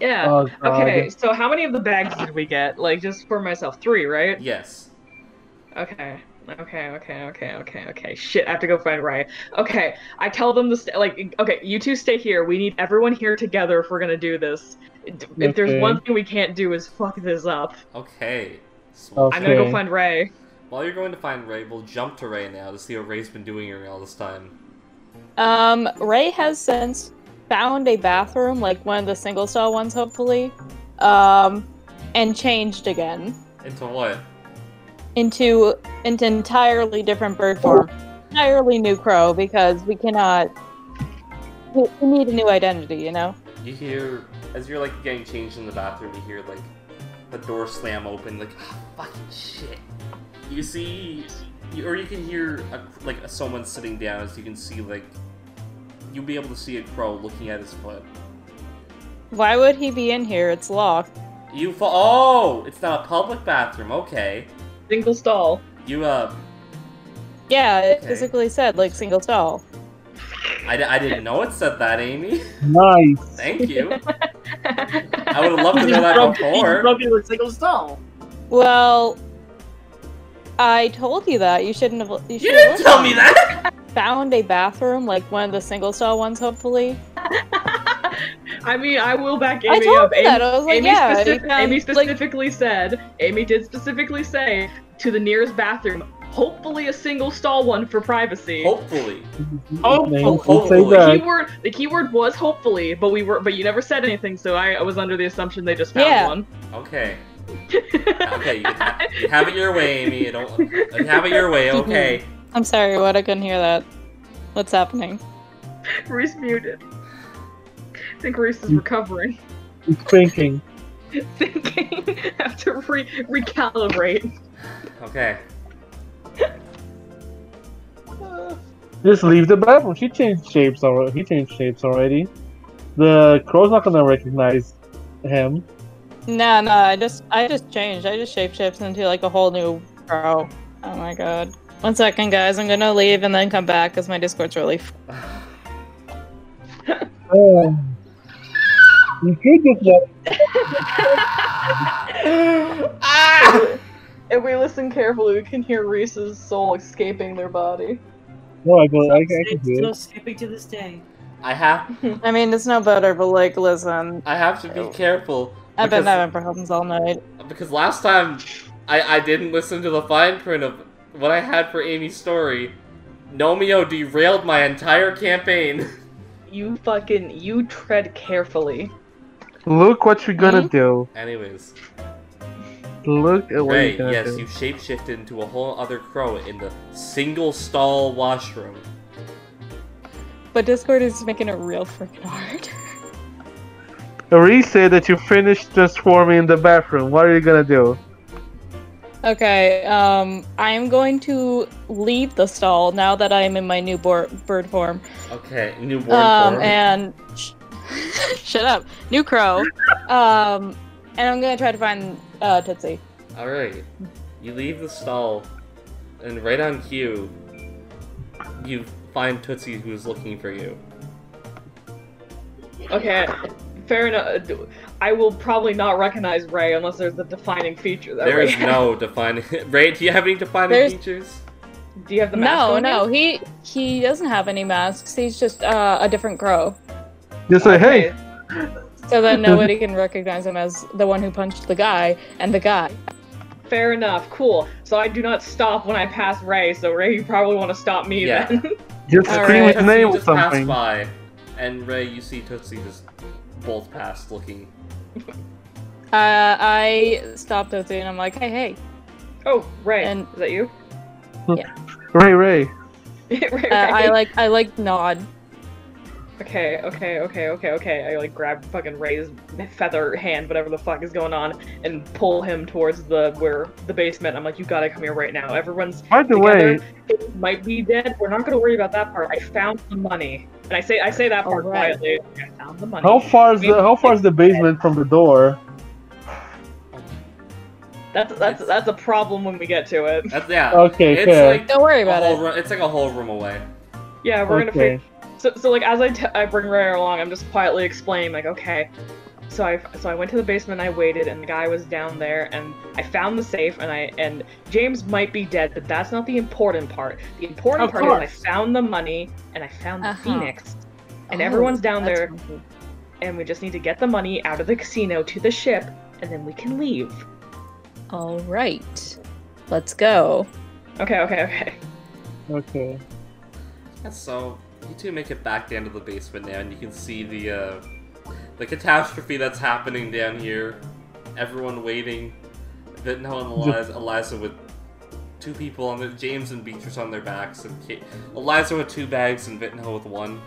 Speaker 4: Yeah.
Speaker 1: Uh,
Speaker 5: Oh, God.
Speaker 4: Okay, so how many of the bags did we get? Like, just for myself, three, right?
Speaker 1: Yes.
Speaker 4: Okay. Okay, okay, okay, okay, okay. Shit, I have to go find Riot. Okay, I tell them to stay, like, okay, you two stay here. We need everyone here together if we're gonna do this. D- If there's
Speaker 5: Okay.
Speaker 4: one thing we can't do is fuck this up.
Speaker 1: Okay. Sweet.
Speaker 5: Okay.
Speaker 4: I'm gonna go find Ray.
Speaker 1: While you're going to find Ray, we'll jump to Ray now to see what Ray's been doing here all this time.
Speaker 2: Um, Ray has since found a bathroom, like one of the single stall ones, hopefully, um, and changed again
Speaker 1: Into what?
Speaker 2: into an entirely different bird form. entirely new crow because we cannot. We we need a new identity, you know.
Speaker 1: You hear as you're like getting changed in the bathroom. You hear like the door slam open. Like "Ah, fucking shit. You see, you, or you can hear a, like someone sitting down. As you can see, like you'll be able to see a crow looking at his foot.
Speaker 2: Why would he be in here? It's locked.
Speaker 1: You fa- oh, it's not a public bathroom. Okay,
Speaker 4: Single stall.
Speaker 1: you uh,
Speaker 2: Yeah, it
Speaker 1: Okay.
Speaker 2: physically said like single stall.
Speaker 1: I, di- I didn't know it said that, Amy.
Speaker 5: Nice.
Speaker 1: Thank you. I would have loved to know that
Speaker 3: rubbed, he
Speaker 1: before.
Speaker 3: rubbed you with single stall.
Speaker 2: Well, I told you that you shouldn't have. You,
Speaker 1: You
Speaker 2: should
Speaker 1: didn't tell me that.
Speaker 2: Found a bathroom like one of the single stall ones, hopefully.
Speaker 4: I mean, I will back Amy
Speaker 2: I told
Speaker 4: up.
Speaker 2: you
Speaker 4: Amy,
Speaker 2: that. I was like,
Speaker 4: Amy,
Speaker 2: yeah. he
Speaker 4: specific-
Speaker 2: found,
Speaker 4: Amy
Speaker 2: like,
Speaker 4: specifically said, Amy did specifically say to the nearest bathroom, hopefully a single stall one for privacy.
Speaker 1: Hopefully.
Speaker 3: Oh,
Speaker 5: Thank
Speaker 1: oh,
Speaker 5: you. Say
Speaker 1: oh,
Speaker 4: The
Speaker 5: that.
Speaker 4: keyword, the keyword was hopefully, but we were, but you never said anything, so I, I was under the assumption they just found
Speaker 2: Yeah.
Speaker 4: one.
Speaker 1: Okay. Okay. You, can ha- you have it your way, Amy. You don't. You have it your way. Okay.
Speaker 2: I'm sorry, what? I couldn't hear that. What's happening?
Speaker 4: Reese muted. I think Reese is recovering,
Speaker 5: He's thinking.
Speaker 4: thinking, have to re- recalibrate.
Speaker 1: Okay.
Speaker 5: Just leave the bathroom. She changed shapes already. He changed shapes already. The crow's not gonna recognize him.
Speaker 2: No, no. I just, I just changed. I just shapeshifts into like a whole new pro. Oh my god. One second, guys. I'm gonna leave and then come back because my Discord's really. F-
Speaker 5: Oh. You could just let
Speaker 2: Ah!
Speaker 4: If we listen carefully, we can hear Reese's soul escaping their body.
Speaker 5: no, I, go- I, I can do
Speaker 3: Still
Speaker 5: it.
Speaker 3: skipping to this day.
Speaker 1: I have.
Speaker 2: I mean, it's no better, but like, listen.
Speaker 1: I have to be careful.
Speaker 2: I've been
Speaker 1: because-
Speaker 2: having problems all night.
Speaker 1: because last time I, I didn't listen to the fine print of what I had for Amy's story. Nomeo derailed my entire campaign.
Speaker 4: You fucking, you tread carefully.
Speaker 5: Look what you're gonna
Speaker 2: Hmm?
Speaker 5: do.
Speaker 1: Anyways,
Speaker 5: Look at what
Speaker 1: Ray,
Speaker 5: you're gonna
Speaker 1: yes,
Speaker 5: do.
Speaker 1: you shapeshifted into a whole other crow in the single stall washroom.
Speaker 2: But Discord is making it real freaking hard.
Speaker 5: Reese said that you finished transforming in the bathroom. What are you gonna do?
Speaker 2: Okay, um, I'm going to leave the stall now that I am in my new bor- bird form.
Speaker 1: Okay, newborn
Speaker 2: Um,
Speaker 1: form.
Speaker 2: and sh- shut up, new crow. Um, and I'm gonna try to find uh, Tootsie.
Speaker 1: All right, you leave the stall, and right on cue, you find Tootsie who's looking for you.
Speaker 4: Okay, fair enough. I will probably not recognize Ray unless there's a defining feature that
Speaker 1: There
Speaker 4: Ray
Speaker 1: is
Speaker 4: has.
Speaker 1: no defining. Ray, do you have any defining
Speaker 2: There's-
Speaker 1: features?
Speaker 4: Do you have the mask?
Speaker 2: No,
Speaker 4: on
Speaker 2: no,
Speaker 4: you?
Speaker 2: he he doesn't have any masks. He's just uh, a different crow,
Speaker 5: Just say, hey,
Speaker 4: Okay,
Speaker 2: so that nobody can recognize him as the one who punched the guy and the guy.
Speaker 4: Fair enough. Cool. So I do not stop when I pass Ray. So Ray, you probably want to stop me
Speaker 1: Yeah.
Speaker 4: then.
Speaker 5: just
Speaker 2: All
Speaker 5: scream
Speaker 2: right.
Speaker 5: his name or
Speaker 1: just passed
Speaker 5: something.
Speaker 1: by, and Ray, you see Tootsie just bolt past, looking.
Speaker 2: Uh, I stopped Tootsie and I'm like, hey, hey.
Speaker 4: oh, Ray.
Speaker 2: And-
Speaker 4: Is that you?
Speaker 5: Ray, Ray.
Speaker 4: Ray, Ray.
Speaker 2: Uh, I like I like nod.
Speaker 4: okay, okay, okay, okay, okay. I like grab fucking Ray's feather hand, whatever the fuck is going on, and pull him towards the where the basement. I'm like, you gotta come here right now. Everyone's
Speaker 5: By the way,
Speaker 4: together. They might be dead. We're not gonna worry about that part. I found the money, and I say I say that part
Speaker 2: Alright.
Speaker 4: quietly. I found the money.
Speaker 5: how far is the how far is the basement from the door?
Speaker 4: That's that's that's a problem when we get to it.
Speaker 1: That's yeah.
Speaker 5: Okay,
Speaker 1: it's
Speaker 5: fair.
Speaker 1: like
Speaker 2: Don't worry
Speaker 1: a
Speaker 2: about
Speaker 1: whole
Speaker 2: it.
Speaker 1: room, it's like a whole room away.
Speaker 4: Yeah, we're gonna. Figure-
Speaker 5: okay.
Speaker 4: So, so like as I, t- I bring Ray along, I'm just quietly explaining like, okay, so I so I went to the basement, I waited, and the guy was down there, and I found the safe, and I and James might be dead, but that's not the important part. The important
Speaker 3: Of
Speaker 4: part
Speaker 3: course.
Speaker 4: is I found the money, and I found the
Speaker 2: Uh-huh.
Speaker 4: phoenix, and
Speaker 2: Oh,
Speaker 4: everyone's down
Speaker 2: that's
Speaker 4: there,
Speaker 2: funny.
Speaker 4: and we just need to get the money out of the casino to the ship, and then we can leave.
Speaker 2: All right, let's go.
Speaker 4: Okay, okay, okay.
Speaker 5: Okay.
Speaker 1: So you two make it back down to the basement now, and you can see the uh, the catastrophe that's happening down here. Everyone waiting. That no one Eliza, Eliza with two people on the James and Beatrice on their backs, and Ca- Eliza with two bags and Vittenhill with one.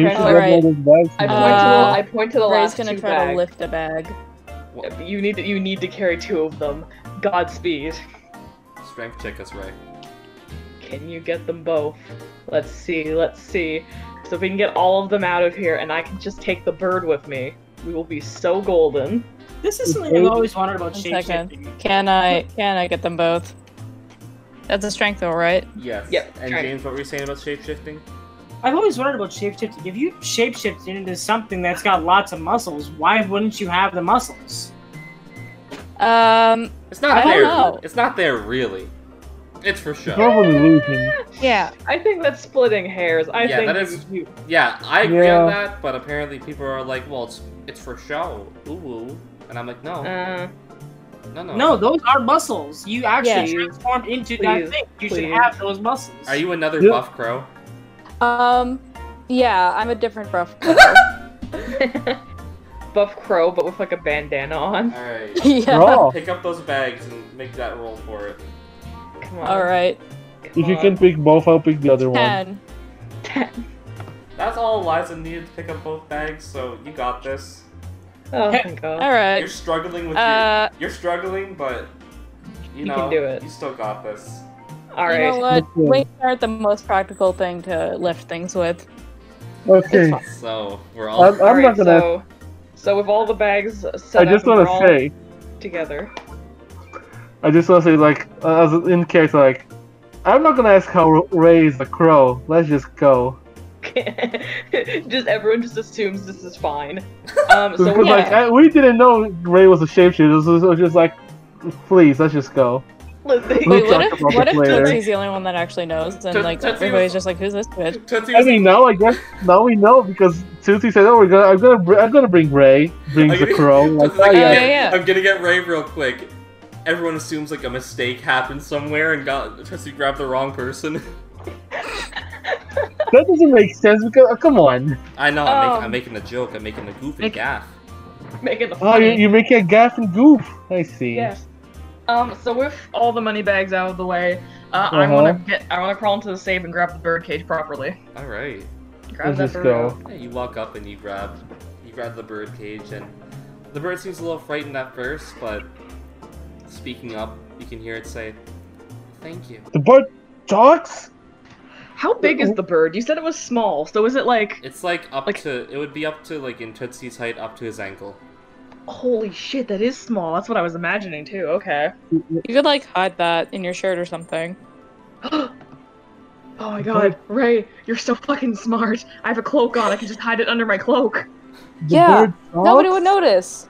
Speaker 4: Okay,
Speaker 5: you should
Speaker 4: so
Speaker 2: all right.
Speaker 5: have one of those bags.
Speaker 4: I point to
Speaker 2: Uh,
Speaker 4: the I point to the
Speaker 2: Ray's
Speaker 4: last
Speaker 2: gonna
Speaker 4: two
Speaker 2: try to
Speaker 4: bags.
Speaker 2: lift a bag.
Speaker 4: You need to, you need to carry two of them. Godspeed.
Speaker 1: Strength check us right.
Speaker 4: Can you get them both? Let's see. Let's see. So if we can get all of them out of here, and I can just take the bird with me, we will be so golden.
Speaker 3: This is something I've always wondered about
Speaker 2: One
Speaker 3: shapeshifting.
Speaker 2: Can I? Can I get them both? That's a strength, though, right?
Speaker 1: Yes.
Speaker 4: Yep,
Speaker 1: And
Speaker 4: try it.
Speaker 1: James, what were you saying about shapeshifting?
Speaker 3: I've always wondered about shapeshifting. If you shapeshift into something that's got lots of muscles, why wouldn't you have the muscles?
Speaker 2: Um.
Speaker 1: It's not
Speaker 2: I don't
Speaker 1: there.
Speaker 2: know.
Speaker 1: It's not there really. It's for
Speaker 5: It's
Speaker 1: show.
Speaker 5: probably looting.
Speaker 2: Yeah.
Speaker 4: I think that's splitting hairs. I
Speaker 1: Yeah,
Speaker 4: think
Speaker 1: that is-
Speaker 4: you-
Speaker 1: Yeah, I agree
Speaker 5: Yeah.
Speaker 1: on that, but apparently people are like, well, it's it's for show. Ooh, ooh. And I'm like, no,
Speaker 4: uh,
Speaker 1: no, no.
Speaker 3: No, those are muscles. You actually
Speaker 4: Yeah.
Speaker 3: transformed into that
Speaker 4: Please,
Speaker 3: thing. You should
Speaker 4: please.
Speaker 3: have those muscles.
Speaker 1: Are you another
Speaker 5: Yeah.
Speaker 1: buff crow?
Speaker 2: Um. Yeah, I'm a different buff.
Speaker 4: buff crow, but with like a bandana on.
Speaker 1: All right.
Speaker 2: yeah.
Speaker 5: Raw.
Speaker 1: Pick up those bags and make that roll for it.
Speaker 4: Come on.
Speaker 2: All right.
Speaker 4: come
Speaker 5: If you
Speaker 4: on.
Speaker 5: can pick both, I'll pick the other one.
Speaker 2: Ten.
Speaker 1: That's all Eliza needed to pick up both bags, so you got this.
Speaker 4: Oh my god.
Speaker 2: All
Speaker 1: You're
Speaker 2: right.
Speaker 1: struggling with
Speaker 2: Uh.
Speaker 1: your, you're struggling, but you
Speaker 4: You
Speaker 1: know
Speaker 4: can do it.
Speaker 1: You still got this.
Speaker 4: All
Speaker 2: You know
Speaker 4: right.
Speaker 2: what?
Speaker 5: Okay.
Speaker 2: Weights aren't the most practical thing to lift things with.
Speaker 5: Okay.
Speaker 4: It's
Speaker 1: So we're all
Speaker 5: I'm,
Speaker 4: All
Speaker 5: I'm
Speaker 4: right,
Speaker 5: not gonna.
Speaker 4: So, so with all the bags
Speaker 5: I
Speaker 4: set up,
Speaker 5: just
Speaker 4: and
Speaker 5: want
Speaker 4: we're all
Speaker 5: to say.
Speaker 4: together.
Speaker 5: I just want to say, like, uh, as in case, like, I'm not gonna ask how Ray is a crow. Let's just go.
Speaker 4: just everyone just assumes this is fine. Um, so
Speaker 5: Because,
Speaker 4: we
Speaker 2: yeah.
Speaker 5: like, I, we didn't know Ray was a shapeshifter, so it was just like, please, let's just go.
Speaker 4: listen,
Speaker 5: We'll
Speaker 2: Wait, what
Speaker 5: talk
Speaker 2: if
Speaker 5: about
Speaker 2: what
Speaker 5: this
Speaker 2: if
Speaker 5: later.
Speaker 2: Tootsie's the only one that actually knows, and
Speaker 1: Toot-
Speaker 2: like
Speaker 1: Tootsie was-
Speaker 2: everybody's just like, who's this bitch?
Speaker 1: Tootsie
Speaker 5: I
Speaker 1: was-
Speaker 5: mean, now I guess now we know because Tootsie said, "Oh, we're gonna, I'm gonna, br- I'm gonna bring Ray, brings the
Speaker 1: Okay.
Speaker 5: crow." Like,
Speaker 1: Tootsie was like,
Speaker 5: oh,
Speaker 2: yeah,
Speaker 1: "Okay,
Speaker 2: yeah.
Speaker 1: I'm gonna get Ray real quick. Everyone assumes like a mistake happened somewhere and got Tootsie grabbed the wrong person.
Speaker 5: That doesn't make sense because oh, come on.
Speaker 1: I know. I'm,
Speaker 4: Um,
Speaker 1: making, I'm making a joke. I'm making a goofy
Speaker 4: Make-
Speaker 1: gaff.
Speaker 4: making the
Speaker 5: Oh, you,
Speaker 4: funny.
Speaker 5: you make a gaff and goof. I see.
Speaker 4: Yes. Um, so with all the money bags out of the way, uh, I
Speaker 5: Uh-huh.
Speaker 4: wanna get, I wanna crawl into the safe and grab the bird cage properly.
Speaker 1: All right.
Speaker 4: Grab
Speaker 5: Let's
Speaker 4: that
Speaker 5: just
Speaker 4: bird.
Speaker 5: go.
Speaker 4: out.
Speaker 1: Yeah, you walk up and you grab, you grab the bird cage, and the bird seems a little frightened at first, but speaking up, you can hear it say, "Thank you."
Speaker 5: The bird talks.
Speaker 4: How big is the bird? You said it was small, so is it like
Speaker 1: It's like up
Speaker 4: Like-
Speaker 1: to, it would be up to like in Tootsie's height, up to his ankle.
Speaker 4: holy shit? That is small. That's what I was imagining too. Okay.
Speaker 2: You could like hide that in your shirt or something.
Speaker 4: oh my god, Ray, you're so fucking smart. I have a cloak on. I can just hide it under my cloak.
Speaker 5: The
Speaker 2: Yeah,
Speaker 5: Bird talks?
Speaker 2: Nobody would notice.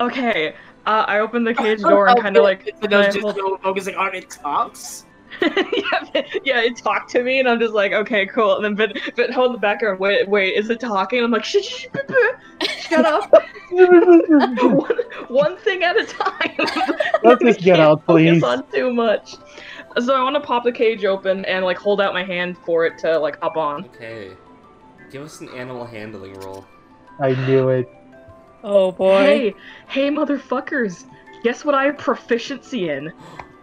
Speaker 4: Okay. Uh, I open the
Speaker 5: Oh,
Speaker 4: cage door and kind of like
Speaker 3: So those
Speaker 4: I
Speaker 3: just
Speaker 4: hold-
Speaker 3: go focusing on it talks.
Speaker 4: yeah, yeah, it talked to me, and I'm just like, okay, cool. And then Vin, Vin hold in the background, wait, wait, is it talking? I'm like, shh, shh, shh, buh, buh. shut up, one, one thing at a time.
Speaker 5: Let's
Speaker 4: We
Speaker 5: just get
Speaker 4: can't
Speaker 5: out, please.
Speaker 4: Focus on too much. So I want to pop the cage open and like hold out my hand for it to like hop on.
Speaker 1: Okay, give us an animal handling roll.
Speaker 5: I knew it.
Speaker 2: Oh boy.
Speaker 4: Hey, hey, motherfuckers! Guess what I have proficiency in?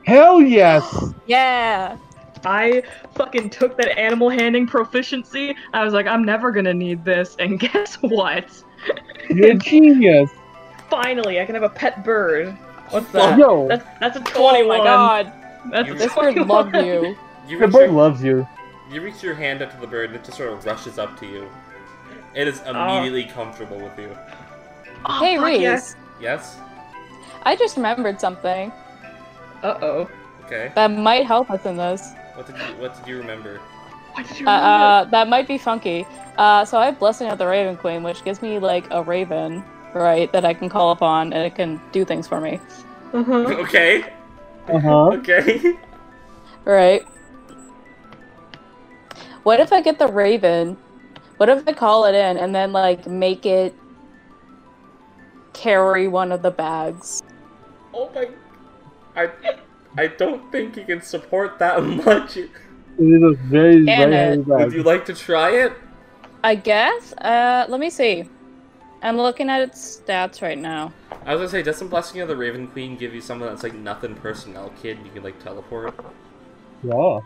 Speaker 5: Hell yes.
Speaker 2: Yeah.
Speaker 4: I fucking took that animal handing proficiency. I was like, I'm never gonna need this. And guess what?
Speaker 5: You're a genius.
Speaker 4: Finally, I can have a pet bird. What's
Speaker 1: Fuck.
Speaker 4: that?
Speaker 5: Yo,
Speaker 4: That's that's a
Speaker 2: Oh
Speaker 4: twenty-one.
Speaker 2: my god.
Speaker 4: That's a
Speaker 1: You-
Speaker 2: This bird
Speaker 4: 21.
Speaker 2: loved you.
Speaker 4: Oh,
Speaker 1: You
Speaker 5: the
Speaker 1: reach,
Speaker 5: bird
Speaker 1: your,
Speaker 5: loves you.
Speaker 1: you reach your hand up to the bird, and it just sort of rushes up to you. It is
Speaker 5: Ah.
Speaker 1: immediately comfortable with you.
Speaker 4: Oh,
Speaker 2: hey
Speaker 4: fuck
Speaker 2: Reese.
Speaker 4: yeah.
Speaker 1: Yes.
Speaker 2: I just remembered something
Speaker 4: Uh oh.
Speaker 1: Okay.
Speaker 2: that might help us in this.
Speaker 1: What did you What did you remember?
Speaker 4: What did you
Speaker 2: Uh,
Speaker 4: remember?
Speaker 2: uh, that might be funky. Uh, so I have Blessing of the Raven Queen, which gives me like a raven, right, that I can call upon and it can do things for me,
Speaker 4: Uh-huh.
Speaker 1: okay.
Speaker 5: Uh
Speaker 2: Uh-huh.
Speaker 5: huh.
Speaker 1: Okay.
Speaker 2: right? What if I get the raven? What if I call it in and then like make it carry one of the bags?
Speaker 1: Oh my! I I don't think you can support that much.
Speaker 5: It is a very,
Speaker 2: Damn
Speaker 5: very heavy
Speaker 2: it.
Speaker 5: bag.
Speaker 1: Would you like to try it?
Speaker 2: I guess. Uh, let me see. I'm looking at its stats right now.
Speaker 1: I was gonna say, doesn't Blessing of the Raven Queen give you someone that's like nothing personnel kid you can like teleport?
Speaker 5: Yeah.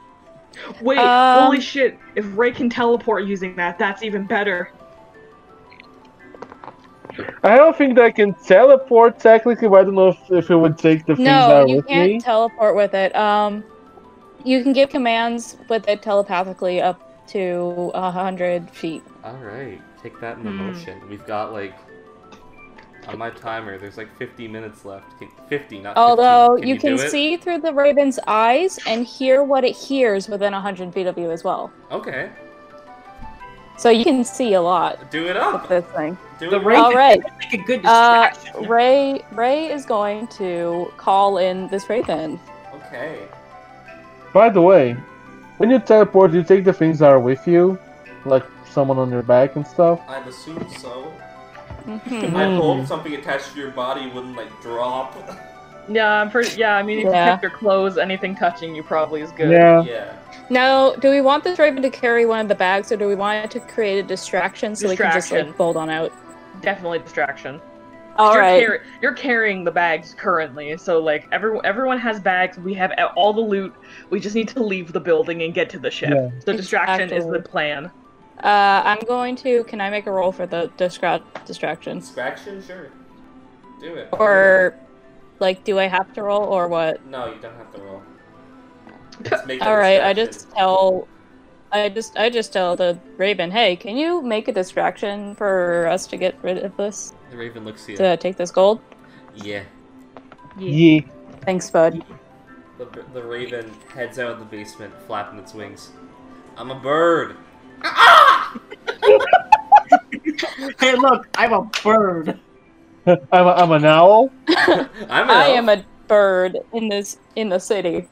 Speaker 4: Wait,
Speaker 2: Um,
Speaker 4: holy shit! If Ray can teleport using that, that's even better.
Speaker 5: I don't think that I can teleport technically, but I don't know if, if it would take the things that
Speaker 2: No,
Speaker 5: are
Speaker 2: you
Speaker 5: with
Speaker 2: can't
Speaker 5: me.
Speaker 2: teleport with it. Um, you can give commands with it telepathically up to a hundred feet.
Speaker 1: All right, take that in the
Speaker 4: Hmm.
Speaker 1: motion. We've got like on my timer. There's like 50 minutes left. Can- 50, not 15.
Speaker 2: Although you,
Speaker 1: do
Speaker 2: can
Speaker 1: it?
Speaker 2: see through the raven's eyes and hear what it hears within a hundred feet of you as well.
Speaker 1: Okay,
Speaker 2: So you can see a lot
Speaker 1: do it
Speaker 2: with
Speaker 1: up.
Speaker 2: this thing.
Speaker 1: Do
Speaker 3: The
Speaker 1: it
Speaker 3: Ray-
Speaker 1: up.
Speaker 2: All right.
Speaker 3: Like a good
Speaker 2: Uh,
Speaker 3: distraction.
Speaker 2: Ray Ray is going to call in this raven.
Speaker 1: Okay.
Speaker 5: By the way, when you teleport, you take the things that are with you, like someone on your back and stuff.
Speaker 1: I'd assume so.
Speaker 2: Mhm.
Speaker 1: I
Speaker 5: Hmm.
Speaker 1: hope something attached to your body wouldn't like drop.
Speaker 4: Yeah, I'm pretty. Yeah, I mean, if
Speaker 2: Yeah.
Speaker 4: you pick your clothes, anything touching you probably is good.
Speaker 5: Yeah.
Speaker 1: yeah.
Speaker 2: Now, do we want this raven to carry one of the bags, or do we want it to create a distraction so we can just
Speaker 4: Distraction.
Speaker 2: like bolt on out?
Speaker 4: Definitely distraction.
Speaker 2: All
Speaker 4: you're,
Speaker 2: right.
Speaker 4: carry- you're carrying the bags currently, so like everyone, everyone has bags. We have all the loot. We just need to leave the building and get to the ship.
Speaker 5: Yeah.
Speaker 4: So distraction is
Speaker 2: Exactly.
Speaker 4: the plan.
Speaker 2: Uh, I'm going to. Can I make a roll for the distra- distractions,
Speaker 1: Distraction, sure. Do it.
Speaker 2: or like, do I have to roll or what?
Speaker 1: No, you don't have to roll. Just make
Speaker 2: All right, I
Speaker 1: distraction.
Speaker 2: just tell, I just, I just tell the raven, hey, can you make a distraction for us to get rid of this,
Speaker 1: The Raven looks here.
Speaker 2: to take this gold?
Speaker 1: Yeah.
Speaker 5: Yeah.
Speaker 2: Thanks, bud.
Speaker 1: The, the raven heads out of the basement, flapping its wings. I'm a bird.
Speaker 3: Hey, look, I'm a bird.
Speaker 5: I'm, a, I'm an owl.
Speaker 1: I'm an
Speaker 2: I
Speaker 1: elf.
Speaker 2: am a bird in this in the city.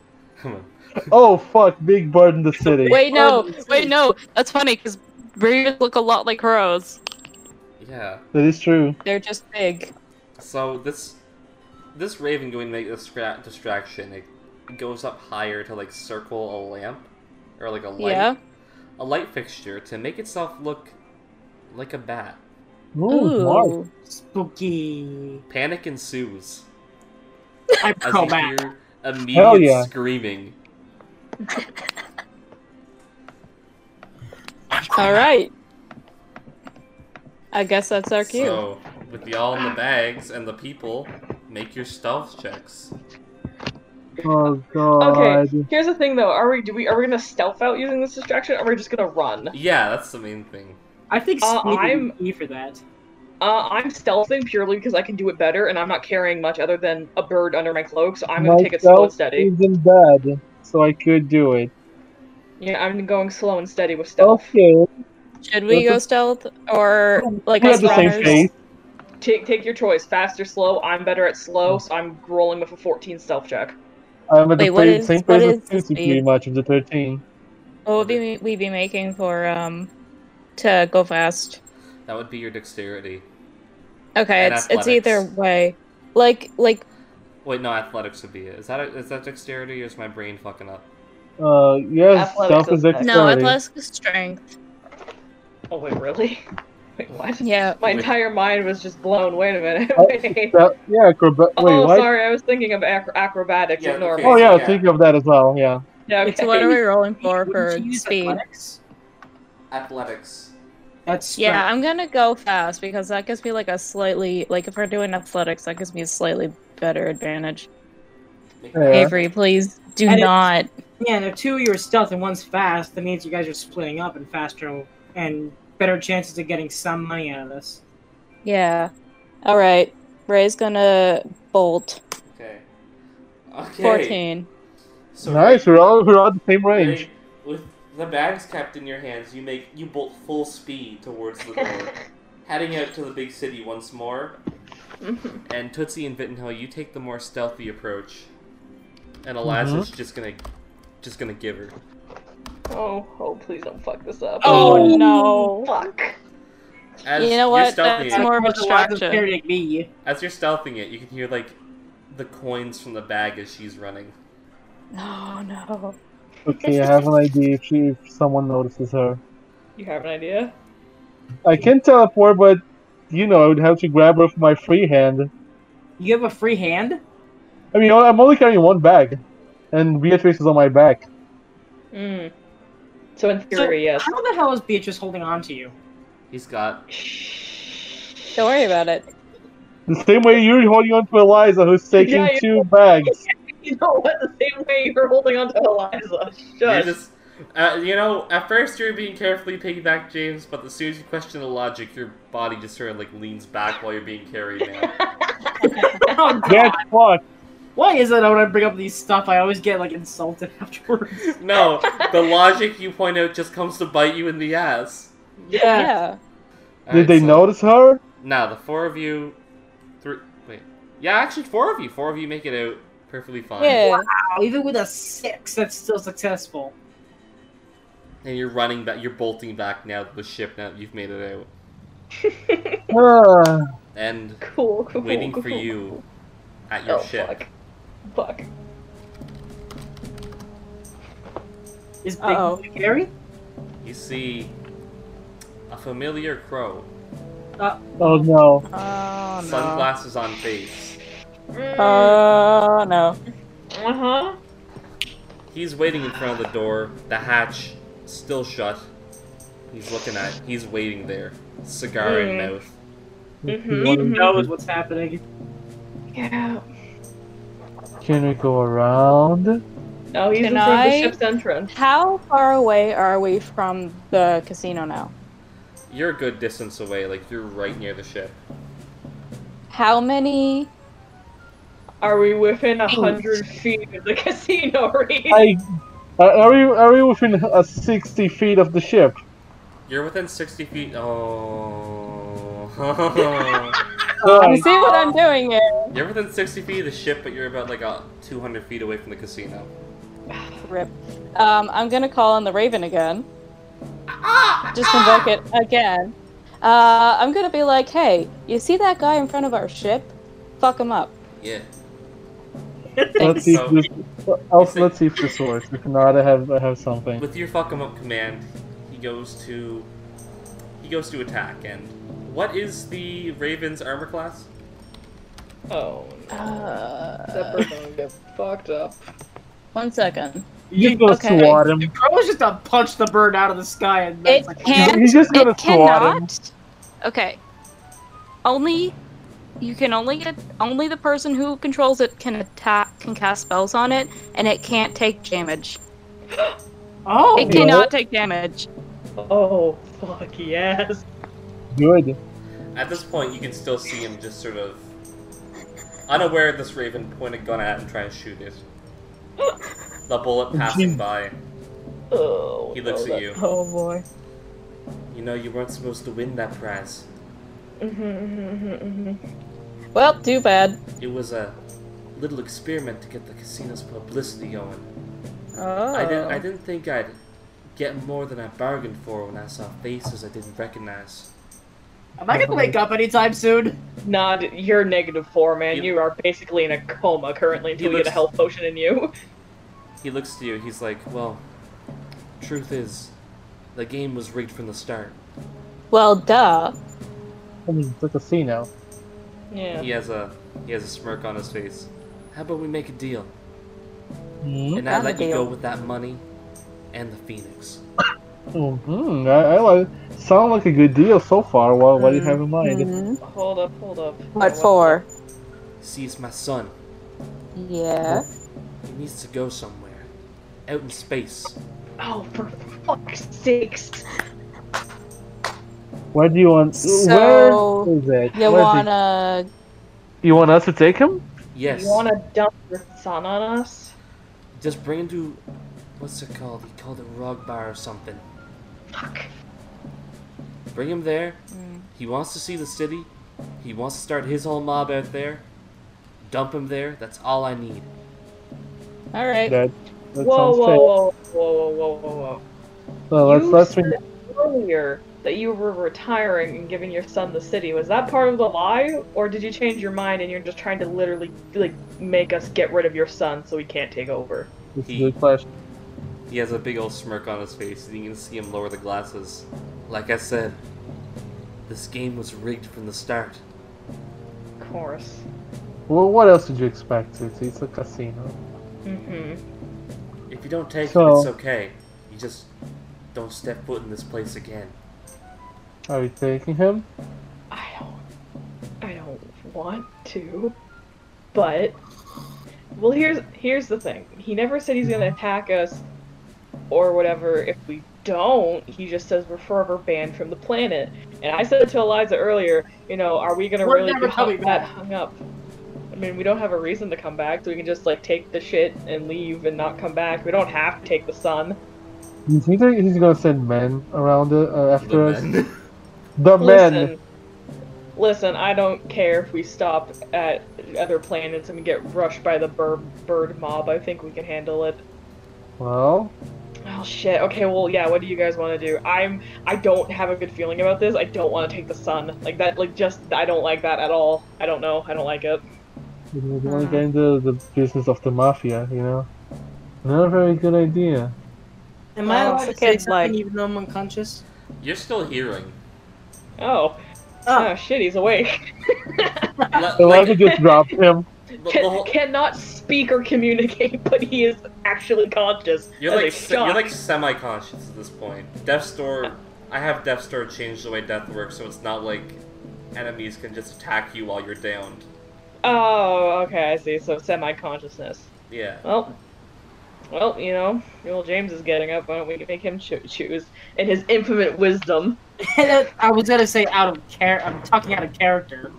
Speaker 5: Oh fuck, big bird in the city.
Speaker 2: Wait, no,
Speaker 3: Bird in the
Speaker 2: wait,
Speaker 3: city.
Speaker 2: no. That's funny because birds look a lot like crows.
Speaker 1: yeah.
Speaker 5: That is true.
Speaker 2: They're just big.
Speaker 1: So this this raven going to make this scra- distraction. It goes up higher to like circle a lamp or like a light,
Speaker 2: Yeah.
Speaker 1: a light fixture to make itself look like a bat.
Speaker 5: Ooh,
Speaker 1: oh
Speaker 5: smart.
Speaker 2: Ooh.
Speaker 3: Spooky.
Speaker 1: Panic ensues
Speaker 3: I'm
Speaker 1: as
Speaker 3: pro
Speaker 1: you
Speaker 3: bat.
Speaker 1: hear immediate
Speaker 5: yeah.
Speaker 1: screaming.
Speaker 2: All right. I guess that's our cue.
Speaker 1: So with the all in the bags and the people, make your stealth checks.
Speaker 5: Oh god.
Speaker 4: Okay, here's the thing though: are we do we are we gonna stealth out using this distraction, or are we just gonna run?
Speaker 1: Yeah, that's the main thing.
Speaker 3: I think
Speaker 4: Uh,
Speaker 3: Speed would
Speaker 4: I'm-
Speaker 3: be for that.
Speaker 4: Uh, I'm stealthing purely because I can do it better, and I'm not carrying much other than a bird under my cloak, so I'm gonna take it slow and
Speaker 5: Myself
Speaker 4: steady.
Speaker 5: is in bed, so I could do it.
Speaker 4: Yeah, I'm going slow and steady with stealth.
Speaker 5: Okay.
Speaker 2: Should we go stealth or like
Speaker 5: We
Speaker 2: as
Speaker 5: have the same
Speaker 2: runners?
Speaker 5: face.
Speaker 4: Take take your choice, fast or slow. I'm better at slow, so I'm rolling with a 14 stealth check.
Speaker 5: I'm at
Speaker 2: Wait,
Speaker 5: the
Speaker 2: what
Speaker 5: pa-
Speaker 2: is-
Speaker 5: same
Speaker 2: what
Speaker 5: place
Speaker 2: is
Speaker 5: as
Speaker 2: the
Speaker 5: Lucy, pretty
Speaker 2: speed?
Speaker 5: much. I'm the 13.
Speaker 2: What would we, we be making for um to go fast?
Speaker 1: That would be your dexterity.
Speaker 2: Okay,
Speaker 1: And
Speaker 2: it's it's
Speaker 1: athletics.
Speaker 2: either way. Like like
Speaker 1: Wait, no, athletics would be it. Is that a, is that dexterity or is my brain fucking up?
Speaker 5: Uh, yes,
Speaker 4: Athletics
Speaker 5: stealth is
Speaker 4: is next.
Speaker 5: dexterity.
Speaker 2: no, athletics strength.
Speaker 4: Oh wait, really? Wait, what?
Speaker 2: Yeah.
Speaker 4: My
Speaker 1: Wait.
Speaker 4: entire mind was just blown. Wait a minute.
Speaker 5: Oh,
Speaker 4: Wait.
Speaker 5: That- yeah, acrobat. Wait,
Speaker 4: oh,
Speaker 5: what?
Speaker 4: sorry. I was thinking of ac- acrobatics.
Speaker 1: Yeah,
Speaker 4: Ignore
Speaker 1: okay.
Speaker 4: me.
Speaker 5: Oh yeah,
Speaker 1: Yeah.
Speaker 5: think of that as well. Yeah.
Speaker 4: Yeah, okay.
Speaker 2: So what are we rolling for
Speaker 3: Wouldn't
Speaker 2: for
Speaker 3: you use
Speaker 2: speed?
Speaker 3: athletics?
Speaker 1: Athletics.
Speaker 3: That's strength.
Speaker 2: Yeah, I'm gonna go fast because that gives me like a slightly like if we're doing athletics, that gives me a slightly better advantage.
Speaker 1: Make
Speaker 5: Yeah.
Speaker 2: Avery, please do
Speaker 3: And it's-
Speaker 2: not.
Speaker 3: Yeah, and if two of you are stealth and one's fast, that means you guys are splitting up and faster and better chances of getting some money out of this.
Speaker 2: Yeah. All right. Ray's gonna bolt.
Speaker 1: Okay. Okay.
Speaker 2: Fourteen.
Speaker 1: So
Speaker 5: nice. We're all we're all at the same
Speaker 1: Ray-
Speaker 5: range.
Speaker 1: Ray, with the bags kept in your hands, you make you bolt full speed towards the door, heading out to the big city once more.
Speaker 4: Mhm.
Speaker 1: And Tootsie and Vittenhill, you take the more stealthy approach, and
Speaker 5: Mm-hmm.
Speaker 1: Eliza's just gonna just gonna give her.
Speaker 4: Oh, oh, please don't fuck this up.
Speaker 2: Oh, no.
Speaker 4: Fuck.
Speaker 1: As
Speaker 2: You know
Speaker 1: you're
Speaker 2: what?
Speaker 1: stealthing
Speaker 2: That's
Speaker 1: it-
Speaker 2: more of a
Speaker 3: Because Eliza's
Speaker 2: distraction.
Speaker 3: carrying me.
Speaker 1: As you're stealthing it, you can hear like the coins from the bag as she's running.
Speaker 2: No, Oh, no.
Speaker 5: Okay, I have an idea if, she, if someone notices her.
Speaker 4: You have an idea?
Speaker 5: I can teleport, but you know, I would have to grab her with my free hand.
Speaker 3: You have a free hand?
Speaker 5: I mean, I'm only carrying one bag, and Beatrice is on my back.
Speaker 4: Mm. So in
Speaker 3: So,
Speaker 4: theory, yes.
Speaker 3: How the hell is Beatrice holding on to you?
Speaker 1: He's got.
Speaker 2: Don't worry about it.
Speaker 5: The same way you're holding on to Eliza, who's taking
Speaker 4: Yeah, you-
Speaker 5: two bags.
Speaker 4: You know what? The same way you're holding on to Eliza.
Speaker 1: You're
Speaker 4: Shush.
Speaker 1: just. Uh, you know, at first you're being carefully piggybacked, James, but as soon as you question the logic, your body just sort of like leans back while you're being carried now.
Speaker 3: Oh, God.
Speaker 5: Get fucked.
Speaker 3: Why is it that when I bring up these stuff, I always get like insulted afterwards?
Speaker 1: no, the logic you point out just comes to bite you in the ass.
Speaker 3: Yeah.
Speaker 2: Yeah.
Speaker 5: Did
Speaker 1: Alright,
Speaker 5: they
Speaker 1: so-
Speaker 5: notice her?
Speaker 1: Now the four of you, three. Wait, yeah, actually four of you. Four of you make it out perfectly fine.
Speaker 2: Yeah.
Speaker 3: Even with a six, that's still successful.
Speaker 1: And you're running back. You're bolting back now to the ship. Now that you've made it out,
Speaker 5: Ah,
Speaker 1: and
Speaker 4: cool, cool.
Speaker 1: waiting
Speaker 4: cool,
Speaker 1: for
Speaker 4: cool.
Speaker 1: you at your
Speaker 4: Oh,
Speaker 1: ship.
Speaker 4: fuck. Fuck.
Speaker 3: Is Big
Speaker 2: Uh-oh.
Speaker 3: Blue Carry?
Speaker 1: You see a familiar crow,
Speaker 5: oh no.
Speaker 2: Oh no.
Speaker 1: sunglasses on face.
Speaker 4: Mm,
Speaker 2: Oh no.
Speaker 4: uh huh.
Speaker 1: He's waiting in front of the door. The hatch still shut. He's looking at. He's waiting there, cigar in
Speaker 4: Mm.
Speaker 1: mouth.
Speaker 4: Mhm.
Speaker 3: He
Speaker 2: Mm-hmm.
Speaker 1: Mm-hmm.
Speaker 3: knows what's happening.
Speaker 4: Yeah.
Speaker 5: Can we go around?
Speaker 4: No, he's
Speaker 2: Can
Speaker 4: in front of
Speaker 2: I-
Speaker 4: the ship's entrance.
Speaker 2: How far away are we from the casino now?
Speaker 1: You're a good distance away. Like you're right near the ship.
Speaker 2: How many?
Speaker 4: Are we within a hundred feet of the casino? Reed?
Speaker 5: I, are- are we are we within uh, sixty feet of the ship?
Speaker 1: You're within 60 feet. Oh.
Speaker 4: Uh,
Speaker 2: You
Speaker 5: Right.
Speaker 2: see what I'm doing here?
Speaker 1: you're within 60 feet of the ship, but you're about like uh, 200 feet away from the casino.
Speaker 2: Rip. Um, I'm gonna call on the Raven again. Just invoke it again. Uh, I'm gonna be like, hey, you see that guy in front of our ship? Fuck him up.
Speaker 1: Yeah.
Speaker 5: Let's see if
Speaker 1: So-
Speaker 5: this. I'll, let's see if this works. If not, I have I have something.
Speaker 1: With your fuck 'em up command, he goes to he goes to attack. And what is the Raven's armor class?
Speaker 4: Oh no. That
Speaker 2: Uh,
Speaker 4: bird's gonna get fucked up.
Speaker 2: one second.
Speaker 5: You go
Speaker 2: okay.
Speaker 5: swat him.
Speaker 3: Crow was just to punch the bird out of the sky and
Speaker 2: It
Speaker 3: that's like,
Speaker 2: can't.
Speaker 5: He's just gonna
Speaker 2: it
Speaker 5: swat him.
Speaker 2: cannot. Okay. Only you can only get only the person who controls it can attack can cast spells on it, and it can't take damage.
Speaker 3: Oh,
Speaker 2: It
Speaker 5: can-
Speaker 2: cannot take damage.
Speaker 4: Oh fuck yes.
Speaker 5: Good.
Speaker 1: At this point, you can still see him just sort of unaware of this Raven, point a gun at him, try and shoot it. The bullet passing by.
Speaker 4: Oh.
Speaker 1: He looks
Speaker 4: no,
Speaker 1: at
Speaker 4: that-
Speaker 1: you.
Speaker 4: Oh boy.
Speaker 1: You know you weren't supposed to win that prize.
Speaker 4: Mm-hmm,
Speaker 2: Well, too bad.
Speaker 1: It was a little experiment to get the casino's publicity going.
Speaker 2: Oh.
Speaker 1: I didn't. I didn't think I'd get more than I bargained for when I saw faces I didn't recognize.
Speaker 3: am I gonna wake up anytime soon?
Speaker 4: Not you're negative four, man.
Speaker 1: You-
Speaker 4: You, are basically in a coma currently until
Speaker 1: You
Speaker 4: you get a
Speaker 1: looks-
Speaker 4: health potion in you.
Speaker 1: He looks to you. He's like, "Well, truth is, the game was rigged from the start."
Speaker 2: Well, duh.
Speaker 5: I mean, it's a casino.
Speaker 4: Yeah.
Speaker 1: He has a he has a smirk on his face. How about we make a deal,
Speaker 5: Hmm.
Speaker 4: Mm-hmm.
Speaker 1: and I
Speaker 2: Not a
Speaker 1: let you go
Speaker 2: deal.
Speaker 1: with that money and the phoenix.
Speaker 5: hmm I, I like. Sound like a good deal so far. What what do you have in mind?
Speaker 4: Mm-hmm. Hold up, hold up.
Speaker 2: What for?
Speaker 1: See, it's my son.
Speaker 2: Yeah.
Speaker 1: He needs to go somewhere, out in space.
Speaker 4: Oh, for fuck's sakes.
Speaker 5: What do you want?
Speaker 2: So,
Speaker 5: Where is it?
Speaker 2: You
Speaker 5: Where is it?
Speaker 2: wanna?
Speaker 5: You want us to take him?
Speaker 1: Yes.
Speaker 4: You want to dump your son on us?
Speaker 1: Just bring him to what's it called? He called it Rogbar or something.
Speaker 4: Fuck.
Speaker 1: Bring him there.
Speaker 2: mm,
Speaker 1: He wants to see the city. He wants to start his whole mob out there. Dump him there. That's all I need.
Speaker 2: All right.
Speaker 5: That, that
Speaker 4: whoa,
Speaker 5: sounds
Speaker 4: whoa, whoa,
Speaker 5: fair.
Speaker 4: whoa, whoa, whoa, whoa, whoa.
Speaker 5: So let's
Speaker 4: you
Speaker 5: let's
Speaker 4: said earlier that you were retiring and giving your son the city. Was that part of the lie, or did you change your mind and you're just trying to literally like make us get rid of your son so he can't take over?
Speaker 5: This is a
Speaker 1: He-
Speaker 5: good question.
Speaker 1: He has a big old smirk on his face, and you can see him lower the glasses. Like I said, This game was rigged from the start.
Speaker 4: Of course.
Speaker 5: Well, what else did you expect? It's, it's a casino.
Speaker 4: Mm-hmm.
Speaker 1: If you don't take it,
Speaker 5: So-
Speaker 1: it's okay. You just don't step foot in this place again.
Speaker 5: Are you taking him?
Speaker 4: I don't I don't want to. But well here's here's the thing. He never said he's gonna attack us or whatever if we don't. He just says we're forever banned from the planet. And I said to Eliza earlier, you know, are we gonna
Speaker 3: We're
Speaker 4: really
Speaker 3: never
Speaker 4: get hung,
Speaker 3: coming
Speaker 4: that
Speaker 3: back.
Speaker 4: hung up? I mean, we don't have a reason to come back, so we can just like take the shit and leave and not come back. We don't have to take the sun.
Speaker 5: Do you think that he's gonna send men around uh, uh, after us?
Speaker 1: The men.
Speaker 5: The men!
Speaker 4: Listen, listen, I don't care if we stop at other planets and get rushed by the bird, bird mob. I think we can handle it.
Speaker 5: Well,
Speaker 4: Oh shit. Okay, well, yeah. What do you guys want to do? I'm. I don't have a good feeling about this. I don't want to take the sun. Like that. Like just. I don't like that at all. I don't know. I don't like it.
Speaker 5: you know, you wanna
Speaker 4: Uh-huh.
Speaker 5: get into the business of the mafia, you know? Not a very good idea.
Speaker 3: Am I
Speaker 2: Oh,
Speaker 3: allowed
Speaker 2: so
Speaker 3: to say
Speaker 2: kids,
Speaker 3: something
Speaker 2: like-
Speaker 3: even though I'm unconscious?
Speaker 1: You're still hearing.
Speaker 4: Oh. Oh,
Speaker 3: Oh,
Speaker 4: shit. He's awake.
Speaker 1: Li- like,
Speaker 5: Eliza just dropped him.
Speaker 1: the- the
Speaker 4: Can,
Speaker 1: whole-
Speaker 4: cannot speak or communicate, but he is actually conscious.
Speaker 1: you're
Speaker 4: as a
Speaker 1: like se- you're
Speaker 4: shock.
Speaker 1: like semi-conscious at this point. Death Store, I have Death Store change the way death works, so it's not like enemies can just attack you while you're downed.
Speaker 4: Oh, okay. I see. So semi-consciousness.
Speaker 1: Yeah.
Speaker 4: Well, well, you know, well, James is getting up. Why don't we make him cho- choose in his infinite wisdom?
Speaker 3: I was gonna say out of character. I'm talking out of character.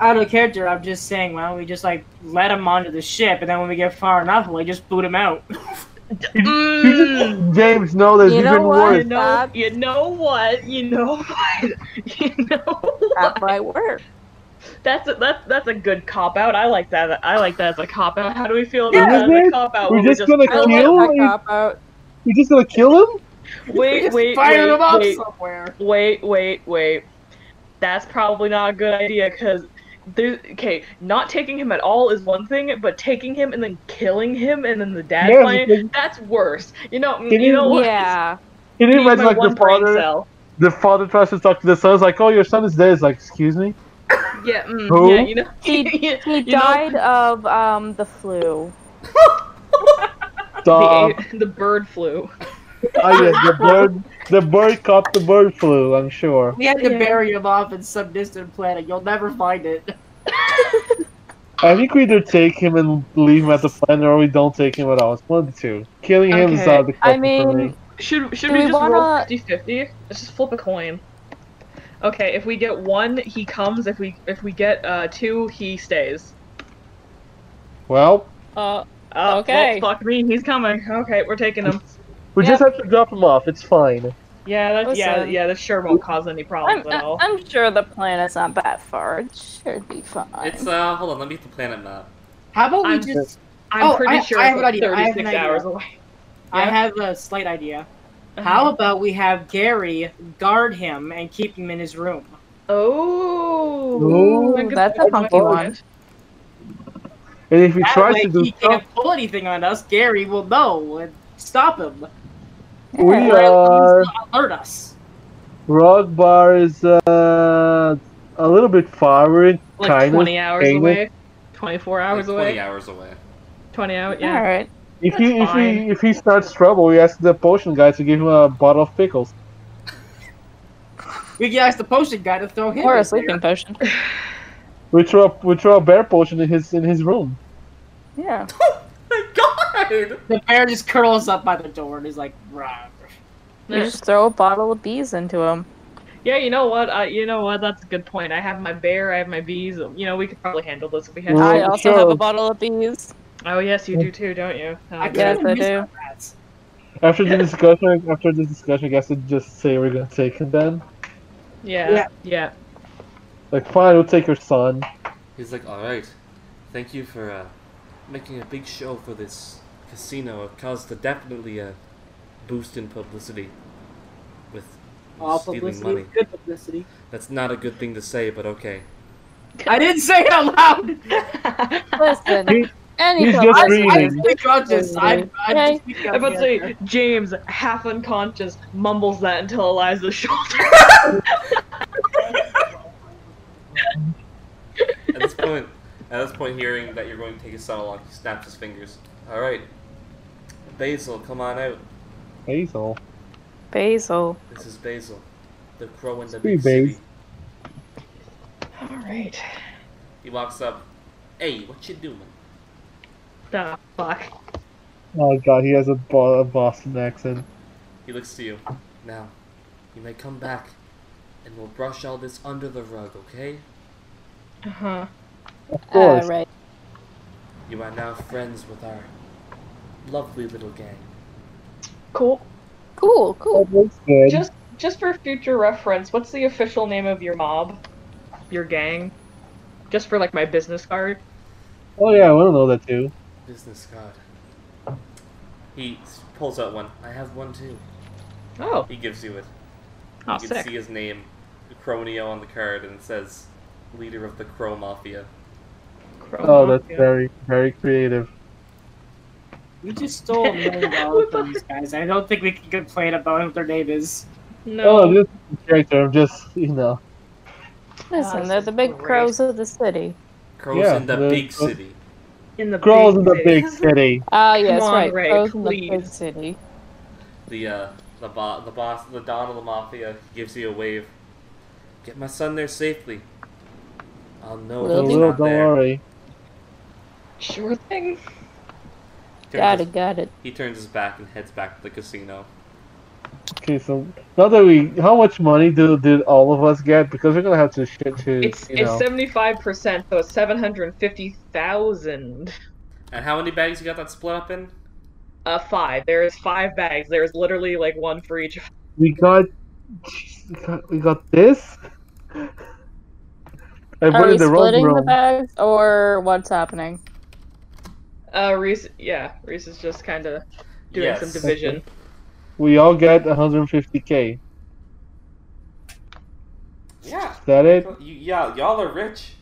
Speaker 3: out of character, I'm just saying. Why don't we just like let him onto the ship, and then when we get far enough, we just boot him out.
Speaker 5: He
Speaker 3: Mm.
Speaker 5: just- James, no, there's
Speaker 2: You know
Speaker 5: even
Speaker 2: what?
Speaker 4: You
Speaker 5: worse.
Speaker 4: know,
Speaker 2: Bob.
Speaker 4: you know what? You know what? You know
Speaker 2: That
Speaker 4: what?
Speaker 2: might work.
Speaker 4: That's a, that's that's a good cop out. I like that. I like that as a cop out. How do we feel
Speaker 5: Yeah,
Speaker 4: about that as
Speaker 5: we're
Speaker 4: a
Speaker 5: just-
Speaker 4: cop out?
Speaker 5: we're
Speaker 4: when we
Speaker 5: just gonna
Speaker 2: I
Speaker 5: Kill
Speaker 2: love that
Speaker 5: him?
Speaker 2: cop out.
Speaker 5: You're just gonna kill him?
Speaker 3: We
Speaker 4: wait,
Speaker 3: just
Speaker 4: wait,
Speaker 3: fire
Speaker 4: wait,
Speaker 3: him up
Speaker 4: wait,
Speaker 3: somewhere.
Speaker 4: wait, wait, wait. That's probably not a good idea because there. Okay, not taking him at all is one thing, but taking him and then killing him and then the dad
Speaker 5: Yeah,
Speaker 4: finding-
Speaker 5: because-
Speaker 4: that's worse. You know,
Speaker 5: It
Speaker 4: you
Speaker 5: is
Speaker 4: know what?
Speaker 2: Yeah.
Speaker 5: Can you
Speaker 4: Use my
Speaker 5: imagine, like,
Speaker 4: one
Speaker 5: the
Speaker 4: brain
Speaker 5: father,
Speaker 4: cell.
Speaker 5: the father tries to talk to the son, it's like, oh, your son is dead. It's like, excuse me?
Speaker 4: Yeah, mm,
Speaker 5: Who?
Speaker 4: yeah, you know.
Speaker 2: He-
Speaker 4: you
Speaker 2: He
Speaker 4: know,
Speaker 2: died of um the flu.
Speaker 5: Stop.
Speaker 4: the, the bird flu.
Speaker 5: oh, yeah, the bird, the bird caught the bird flu, I'm sure.
Speaker 3: We had to
Speaker 4: Yeah.
Speaker 3: bury him off in some distant planet. You'll never find it.
Speaker 5: I think we either take him and leave him at the planet, or we don't take him at all. It's one of the two. Killing him is
Speaker 4: Okay.
Speaker 5: out of the
Speaker 2: I
Speaker 5: question for
Speaker 2: mean-
Speaker 5: me.
Speaker 4: Should should
Speaker 2: Do
Speaker 4: we,
Speaker 2: we
Speaker 4: just roll
Speaker 2: wanna-
Speaker 4: 50 50? Let's just flip a coin. Okay, if we get one, he comes. If we if we get uh two, he stays.
Speaker 5: Well,
Speaker 2: Uh,
Speaker 4: Oh,
Speaker 2: Okay.
Speaker 4: well, fuck me, he's coming. Okay, we're taking him.
Speaker 5: we just
Speaker 2: Yeah.
Speaker 5: have to drop him off. It's fine.
Speaker 4: Yeah, that, yeah,
Speaker 2: Listen.
Speaker 4: yeah. That sure won't cause any problems
Speaker 2: I'm,
Speaker 4: at all.
Speaker 2: I'm sure the planet's not that far. It should be fine.
Speaker 1: It's uh hold on, let me get the planet map.
Speaker 3: How about we
Speaker 4: I'm-
Speaker 3: just?
Speaker 4: I'm
Speaker 3: Oh,
Speaker 4: pretty
Speaker 3: I-
Speaker 4: sure
Speaker 3: I
Speaker 4: it's
Speaker 3: have an
Speaker 4: like
Speaker 3: idea, I have an
Speaker 4: 36
Speaker 3: idea.
Speaker 4: hours away. Uh-huh.
Speaker 3: I
Speaker 4: Yeah.
Speaker 3: have a slight idea. How about we have Gary guard him and keep him in his room?
Speaker 4: Oh,
Speaker 5: Ooh,
Speaker 2: that's a funky one.
Speaker 5: And if we
Speaker 3: That
Speaker 5: try
Speaker 3: way
Speaker 5: to do
Speaker 3: he
Speaker 5: stuff,
Speaker 3: can't pull anything on us. Gary will know and stop him.
Speaker 5: we
Speaker 2: Yeah.
Speaker 3: Or at
Speaker 5: are
Speaker 3: least alert us.
Speaker 5: Rock Bar is uh, a little bit far. We're in
Speaker 4: Like
Speaker 5: kind of.
Speaker 4: 20 hours
Speaker 5: kinda.
Speaker 4: away, 24 hours
Speaker 1: Like,
Speaker 4: away,
Speaker 1: Twenty hours away.
Speaker 4: 20 hours. Yeah.
Speaker 2: All right.
Speaker 5: If he if
Speaker 4: fine.
Speaker 5: we if he starts trouble, we ask the potion guy to give him a bottle of pickles.
Speaker 3: We can ask the potion guy to throw him.
Speaker 2: Or
Speaker 3: in
Speaker 2: a sleeping potion.
Speaker 5: We throw a, we throw a bear potion in his in his room.
Speaker 2: Yeah.
Speaker 1: God!
Speaker 3: there. The bear just curls up by the door and is like, "Rah."
Speaker 2: You just throw a bottle of bees into him.
Speaker 4: Yeah, you know what? Uh, you know what? That's a good point. I have my bear. I have my bees. You know, we could probably handle this if we had.
Speaker 5: Well-
Speaker 2: I
Speaker 4: to.
Speaker 5: Oh,
Speaker 2: also
Speaker 5: sure.
Speaker 2: have a bottle of bees.
Speaker 4: Oh yes, you do too, don't you? Oh,
Speaker 3: Mm. I
Speaker 4: good.
Speaker 2: Yes, I
Speaker 3: miss
Speaker 2: do.
Speaker 3: my rats.
Speaker 5: After the discussion, after the discussion, I guess we just say we're gonna take him then.
Speaker 4: Yeah.
Speaker 3: Yeah.
Speaker 4: Yeah.
Speaker 5: Like, fine, we'll take your son.
Speaker 1: He's like, alright, thank you for uh, making a big show for this casino. It caused a, definitely a boost in publicity with
Speaker 3: All
Speaker 1: stealing
Speaker 3: publicity,
Speaker 1: money.
Speaker 3: is good publicity.
Speaker 1: That's not a good thing to say, but okay.
Speaker 3: I didn't say it out loud.
Speaker 2: Listen, Any
Speaker 5: He's
Speaker 2: problem.
Speaker 5: just
Speaker 2: I- I-
Speaker 5: reading.
Speaker 3: We got this. I, I
Speaker 2: Okay.
Speaker 3: just think
Speaker 4: I'm about to
Speaker 3: together.
Speaker 4: say, James, half unconscious, mumbles that until Eliza's shoulder.
Speaker 1: At this point, at this point, hearing that you're going to take a subtle lock, he snaps his fingers. All right, Basil, come on out.
Speaker 5: Hazel.
Speaker 2: Basil.
Speaker 1: This is Basil, the crow in the
Speaker 5: Hey,
Speaker 1: big city.
Speaker 5: Bas.
Speaker 4: Alright.
Speaker 1: He walks up. Hey, what you doing?
Speaker 4: The fuck.
Speaker 5: Oh god, he has a, Bo- a Boston accent.
Speaker 1: He looks to you. Now, you may come back, and we'll brush all this under the rug, okay?
Speaker 4: Uh huh.
Speaker 5: Of course.
Speaker 2: Uh, right.
Speaker 1: You are now friends with our lovely little gang.
Speaker 4: Cool.
Speaker 2: Cool,
Speaker 5: Oh,
Speaker 2: cool.
Speaker 5: that's good.
Speaker 4: Just just for future reference, what's the official name of your mob? Your gang? Just for like my business card?
Speaker 5: oh yeah, I want to know that too.
Speaker 1: Business card. He s- pulls out one. I have one too.
Speaker 4: Oh.
Speaker 1: He gives you it.
Speaker 4: Oh,
Speaker 1: you can
Speaker 4: sick.
Speaker 1: see his name, Cronio, on the card, and it says, "Leader of the Crow Mafia."
Speaker 5: Oh, that's very, very creative.
Speaker 3: We just stole a million dollars from these guys. I don't think we can complain about what their name is.
Speaker 4: No.
Speaker 5: Oh, this character, I'm just, you know.
Speaker 2: Listen,
Speaker 4: this
Speaker 2: they're
Speaker 4: is
Speaker 2: the big
Speaker 4: great.
Speaker 2: crows of the city.
Speaker 1: Crows
Speaker 5: Yeah,
Speaker 1: in the,
Speaker 5: the-
Speaker 1: big city.
Speaker 4: in the
Speaker 5: Girls in the big city.
Speaker 2: Ah, yes,
Speaker 4: on,
Speaker 2: right.
Speaker 4: Ray,
Speaker 2: crows in the
Speaker 4: please.
Speaker 2: big city.
Speaker 1: The uh, the bo- the boss, the don of the mafia gives you a wave. Get my son there safely. I'll know
Speaker 2: Will
Speaker 5: Oh,
Speaker 1: he's
Speaker 2: do.
Speaker 5: little,
Speaker 1: not
Speaker 5: don't
Speaker 1: there.
Speaker 5: worry.
Speaker 4: Sure thing.
Speaker 1: Turns
Speaker 2: Got
Speaker 1: his-
Speaker 2: it, got it.
Speaker 1: he turns his back and heads back to the casino.
Speaker 5: Okay, so now that we, how much money do did all of us get? Because we're gonna have to shit to,
Speaker 4: It's
Speaker 5: you
Speaker 4: it's
Speaker 5: know.
Speaker 4: seventy five percent, so it's seven hundred and fifty thousand.
Speaker 1: And how many bags you got that split up in?
Speaker 4: Uh five. There is five bags. There is literally like one for each
Speaker 5: we got, we got, we got this. I
Speaker 2: Are
Speaker 5: put it
Speaker 2: we
Speaker 5: in the wrong
Speaker 2: splitting the
Speaker 5: room.
Speaker 2: bags or what's happening?
Speaker 4: uh Reese yeah, Reese is just kinda doing some division.
Speaker 5: we all get 150k. Is
Speaker 1: Yeah.
Speaker 5: that it?
Speaker 1: You, yeah, y'all are rich.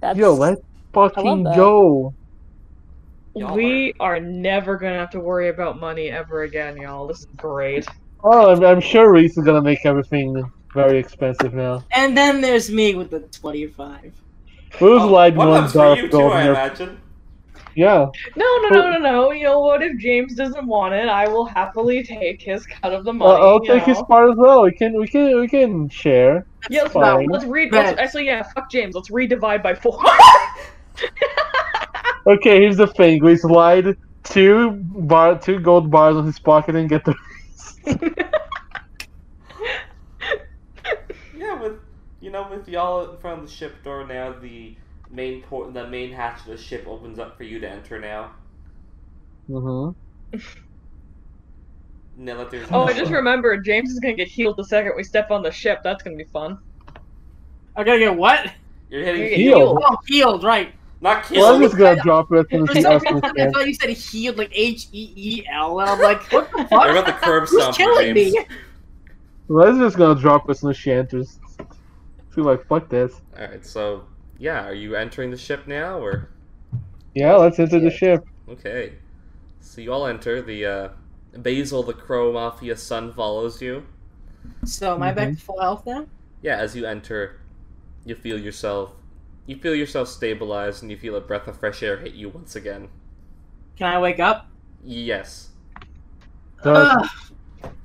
Speaker 2: That's
Speaker 5: Yo, let's fucking
Speaker 2: that.
Speaker 5: go.
Speaker 1: Y'all
Speaker 4: We are never gonna have to worry about money ever again, y'all. This is great.
Speaker 5: Oh, I'm, I'm sure Reese is gonna make everything very expensive now.
Speaker 3: And then there's me with the 25.
Speaker 5: Who's
Speaker 1: Oh,
Speaker 5: lied
Speaker 1: one
Speaker 5: one
Speaker 1: up's for you
Speaker 5: dark
Speaker 1: too,
Speaker 5: gold
Speaker 1: I
Speaker 5: in your-
Speaker 1: imagine.
Speaker 5: Yeah,
Speaker 4: No, no, no, no, no. You know what? If James doesn't want it, I will happily take his cut of the
Speaker 5: I'll-
Speaker 4: money.
Speaker 5: I'll
Speaker 4: you
Speaker 5: take
Speaker 4: know?
Speaker 5: his part as well. We can, we can, we can share.
Speaker 4: Yeah, let's,
Speaker 5: fine.
Speaker 4: let's read.
Speaker 3: Bet.
Speaker 4: Let's, actually, yeah, fuck James. Let's redivide by four.
Speaker 5: Okay, here's the thing. We slide two bar, two gold bars on his pocket and get the.
Speaker 1: Yeah, with you know, with y'all in front of the ship door now, the main port, the main hatch of the ship opens up for you to enter now.
Speaker 5: Mhm.
Speaker 1: Now that there's
Speaker 4: oh, I just remembered. James is gonna get healed the second we step on the ship. That's gonna be fun.
Speaker 3: I'm gonna get what?
Speaker 1: you're
Speaker 4: You're
Speaker 1: hitting
Speaker 4: gonna get
Speaker 5: Healed?
Speaker 4: healed.
Speaker 3: Oh, healed, right.
Speaker 1: not
Speaker 5: Well, I'm
Speaker 1: killed.
Speaker 5: just gonna drop it as soon as
Speaker 3: For
Speaker 5: he
Speaker 3: some
Speaker 5: asks me
Speaker 3: reason, I
Speaker 5: to.
Speaker 3: thought you said healed, like H E E L, and I'm like, what the
Speaker 1: You're
Speaker 3: fuck?
Speaker 1: about the curb
Speaker 3: Who's
Speaker 1: stomp,
Speaker 3: killing
Speaker 1: James.
Speaker 3: me?
Speaker 5: Let's just gonna drop it as soon as she enters. She's like, fuck this.
Speaker 1: All right, so yeah, are you entering the ship now or?
Speaker 5: Yeah, let's enter the ship.
Speaker 1: Okay. So you all enter. The uh, Basil the Crow Mafia son follows you.
Speaker 3: So, am I back to full health now?
Speaker 1: Yeah, as you enter, you feel yourself you feel yourself stabilized and you feel a breath of fresh air hit you once again.
Speaker 3: Can I wake up?
Speaker 1: Yes.
Speaker 5: Does,
Speaker 3: Ugh,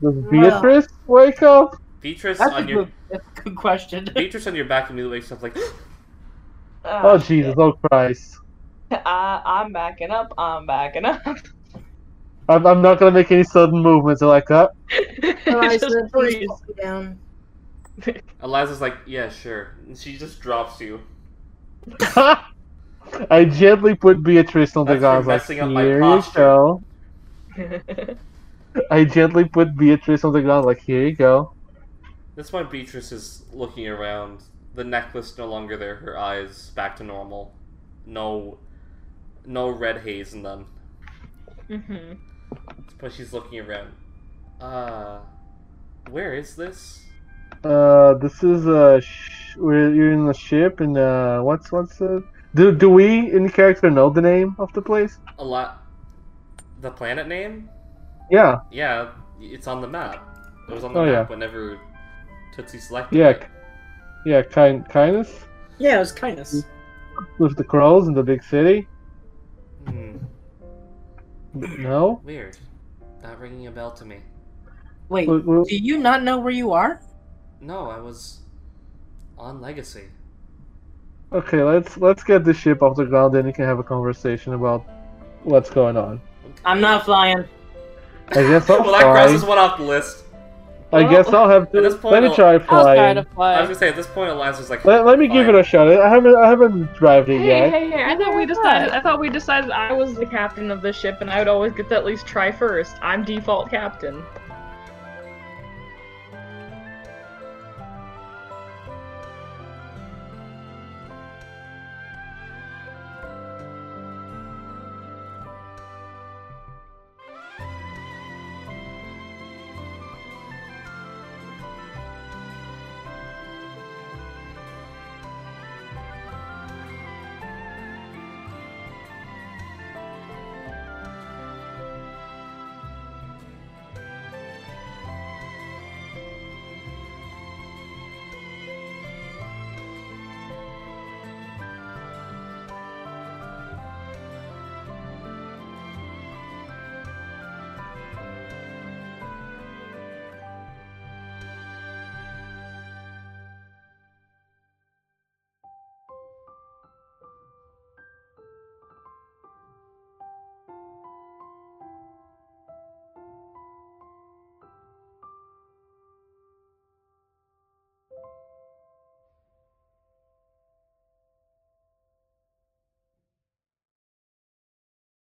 Speaker 5: does Beatrice wake up?
Speaker 1: Beatrice
Speaker 3: that's a
Speaker 1: on your
Speaker 3: good, that's a good question.
Speaker 1: Beatrice on your back immediately wakes up like
Speaker 4: Ah,
Speaker 5: Oh Jesus! Oh Christ!
Speaker 4: I, Uh, I'm backing up. I'm backing up.
Speaker 5: I'm, I'm not gonna make any sudden movements like that.
Speaker 3: Oh,
Speaker 4: just freeze.
Speaker 3: down.
Speaker 1: Eliza's like, yeah, sure. And she just drops you.
Speaker 5: I gently put Beatrice on the
Speaker 1: That's for
Speaker 5: ground. I was
Speaker 1: messing
Speaker 5: Like,
Speaker 1: up my
Speaker 5: here you
Speaker 1: posture."
Speaker 5: go. I gently put Beatrice on the ground. Like here you go.
Speaker 1: This one Beatrice is looking around. The necklace no longer there, her eyes back to normal. No no red haze in them.
Speaker 4: hmm
Speaker 1: But she's looking around. Uh where is this?
Speaker 5: Uh, this is a. Sh- we're you're in the ship and uh, what's what's the Do do we in the character know the name of the place?
Speaker 1: A lot. The planet name?
Speaker 5: Yeah,
Speaker 1: Yeah, it's on the map. It was on the
Speaker 5: Oh,
Speaker 1: map
Speaker 5: yeah.
Speaker 1: whenever Tootsie selected
Speaker 5: yeah,
Speaker 1: it.
Speaker 5: k- yeah. Kind kindness
Speaker 3: Yeah, it was kindness.
Speaker 5: with the crows in the big city.
Speaker 1: Hmm,
Speaker 5: No,
Speaker 1: weird. Not ringing a bell to me.
Speaker 3: Wait,
Speaker 5: W- w-
Speaker 3: do you not know where you are?
Speaker 1: No, I was on Legacy.
Speaker 5: okay. Let's let's get the ship off the ground, then we can have a conversation about what's going on.
Speaker 1: Okay.
Speaker 3: I'm not flying.
Speaker 5: I guess I'll
Speaker 1: well, that
Speaker 5: try.
Speaker 1: crosses one off the list.
Speaker 5: I guess I'll have to.
Speaker 1: At this point,
Speaker 5: let me
Speaker 1: I'll-
Speaker 5: try
Speaker 2: I was tired
Speaker 5: flying.
Speaker 2: of
Speaker 1: I was
Speaker 2: flying.
Speaker 1: gonna say at this point, Eliza's like,
Speaker 5: Let, let me give it a shot. I haven't I haven't driven it
Speaker 4: Hey,
Speaker 5: yet.
Speaker 4: hey, hey! I thought we
Speaker 2: Yeah,
Speaker 4: decided.
Speaker 2: what?
Speaker 4: I thought we decided I was the captain of the ship, and I would always get to at least try first. I'm default captain.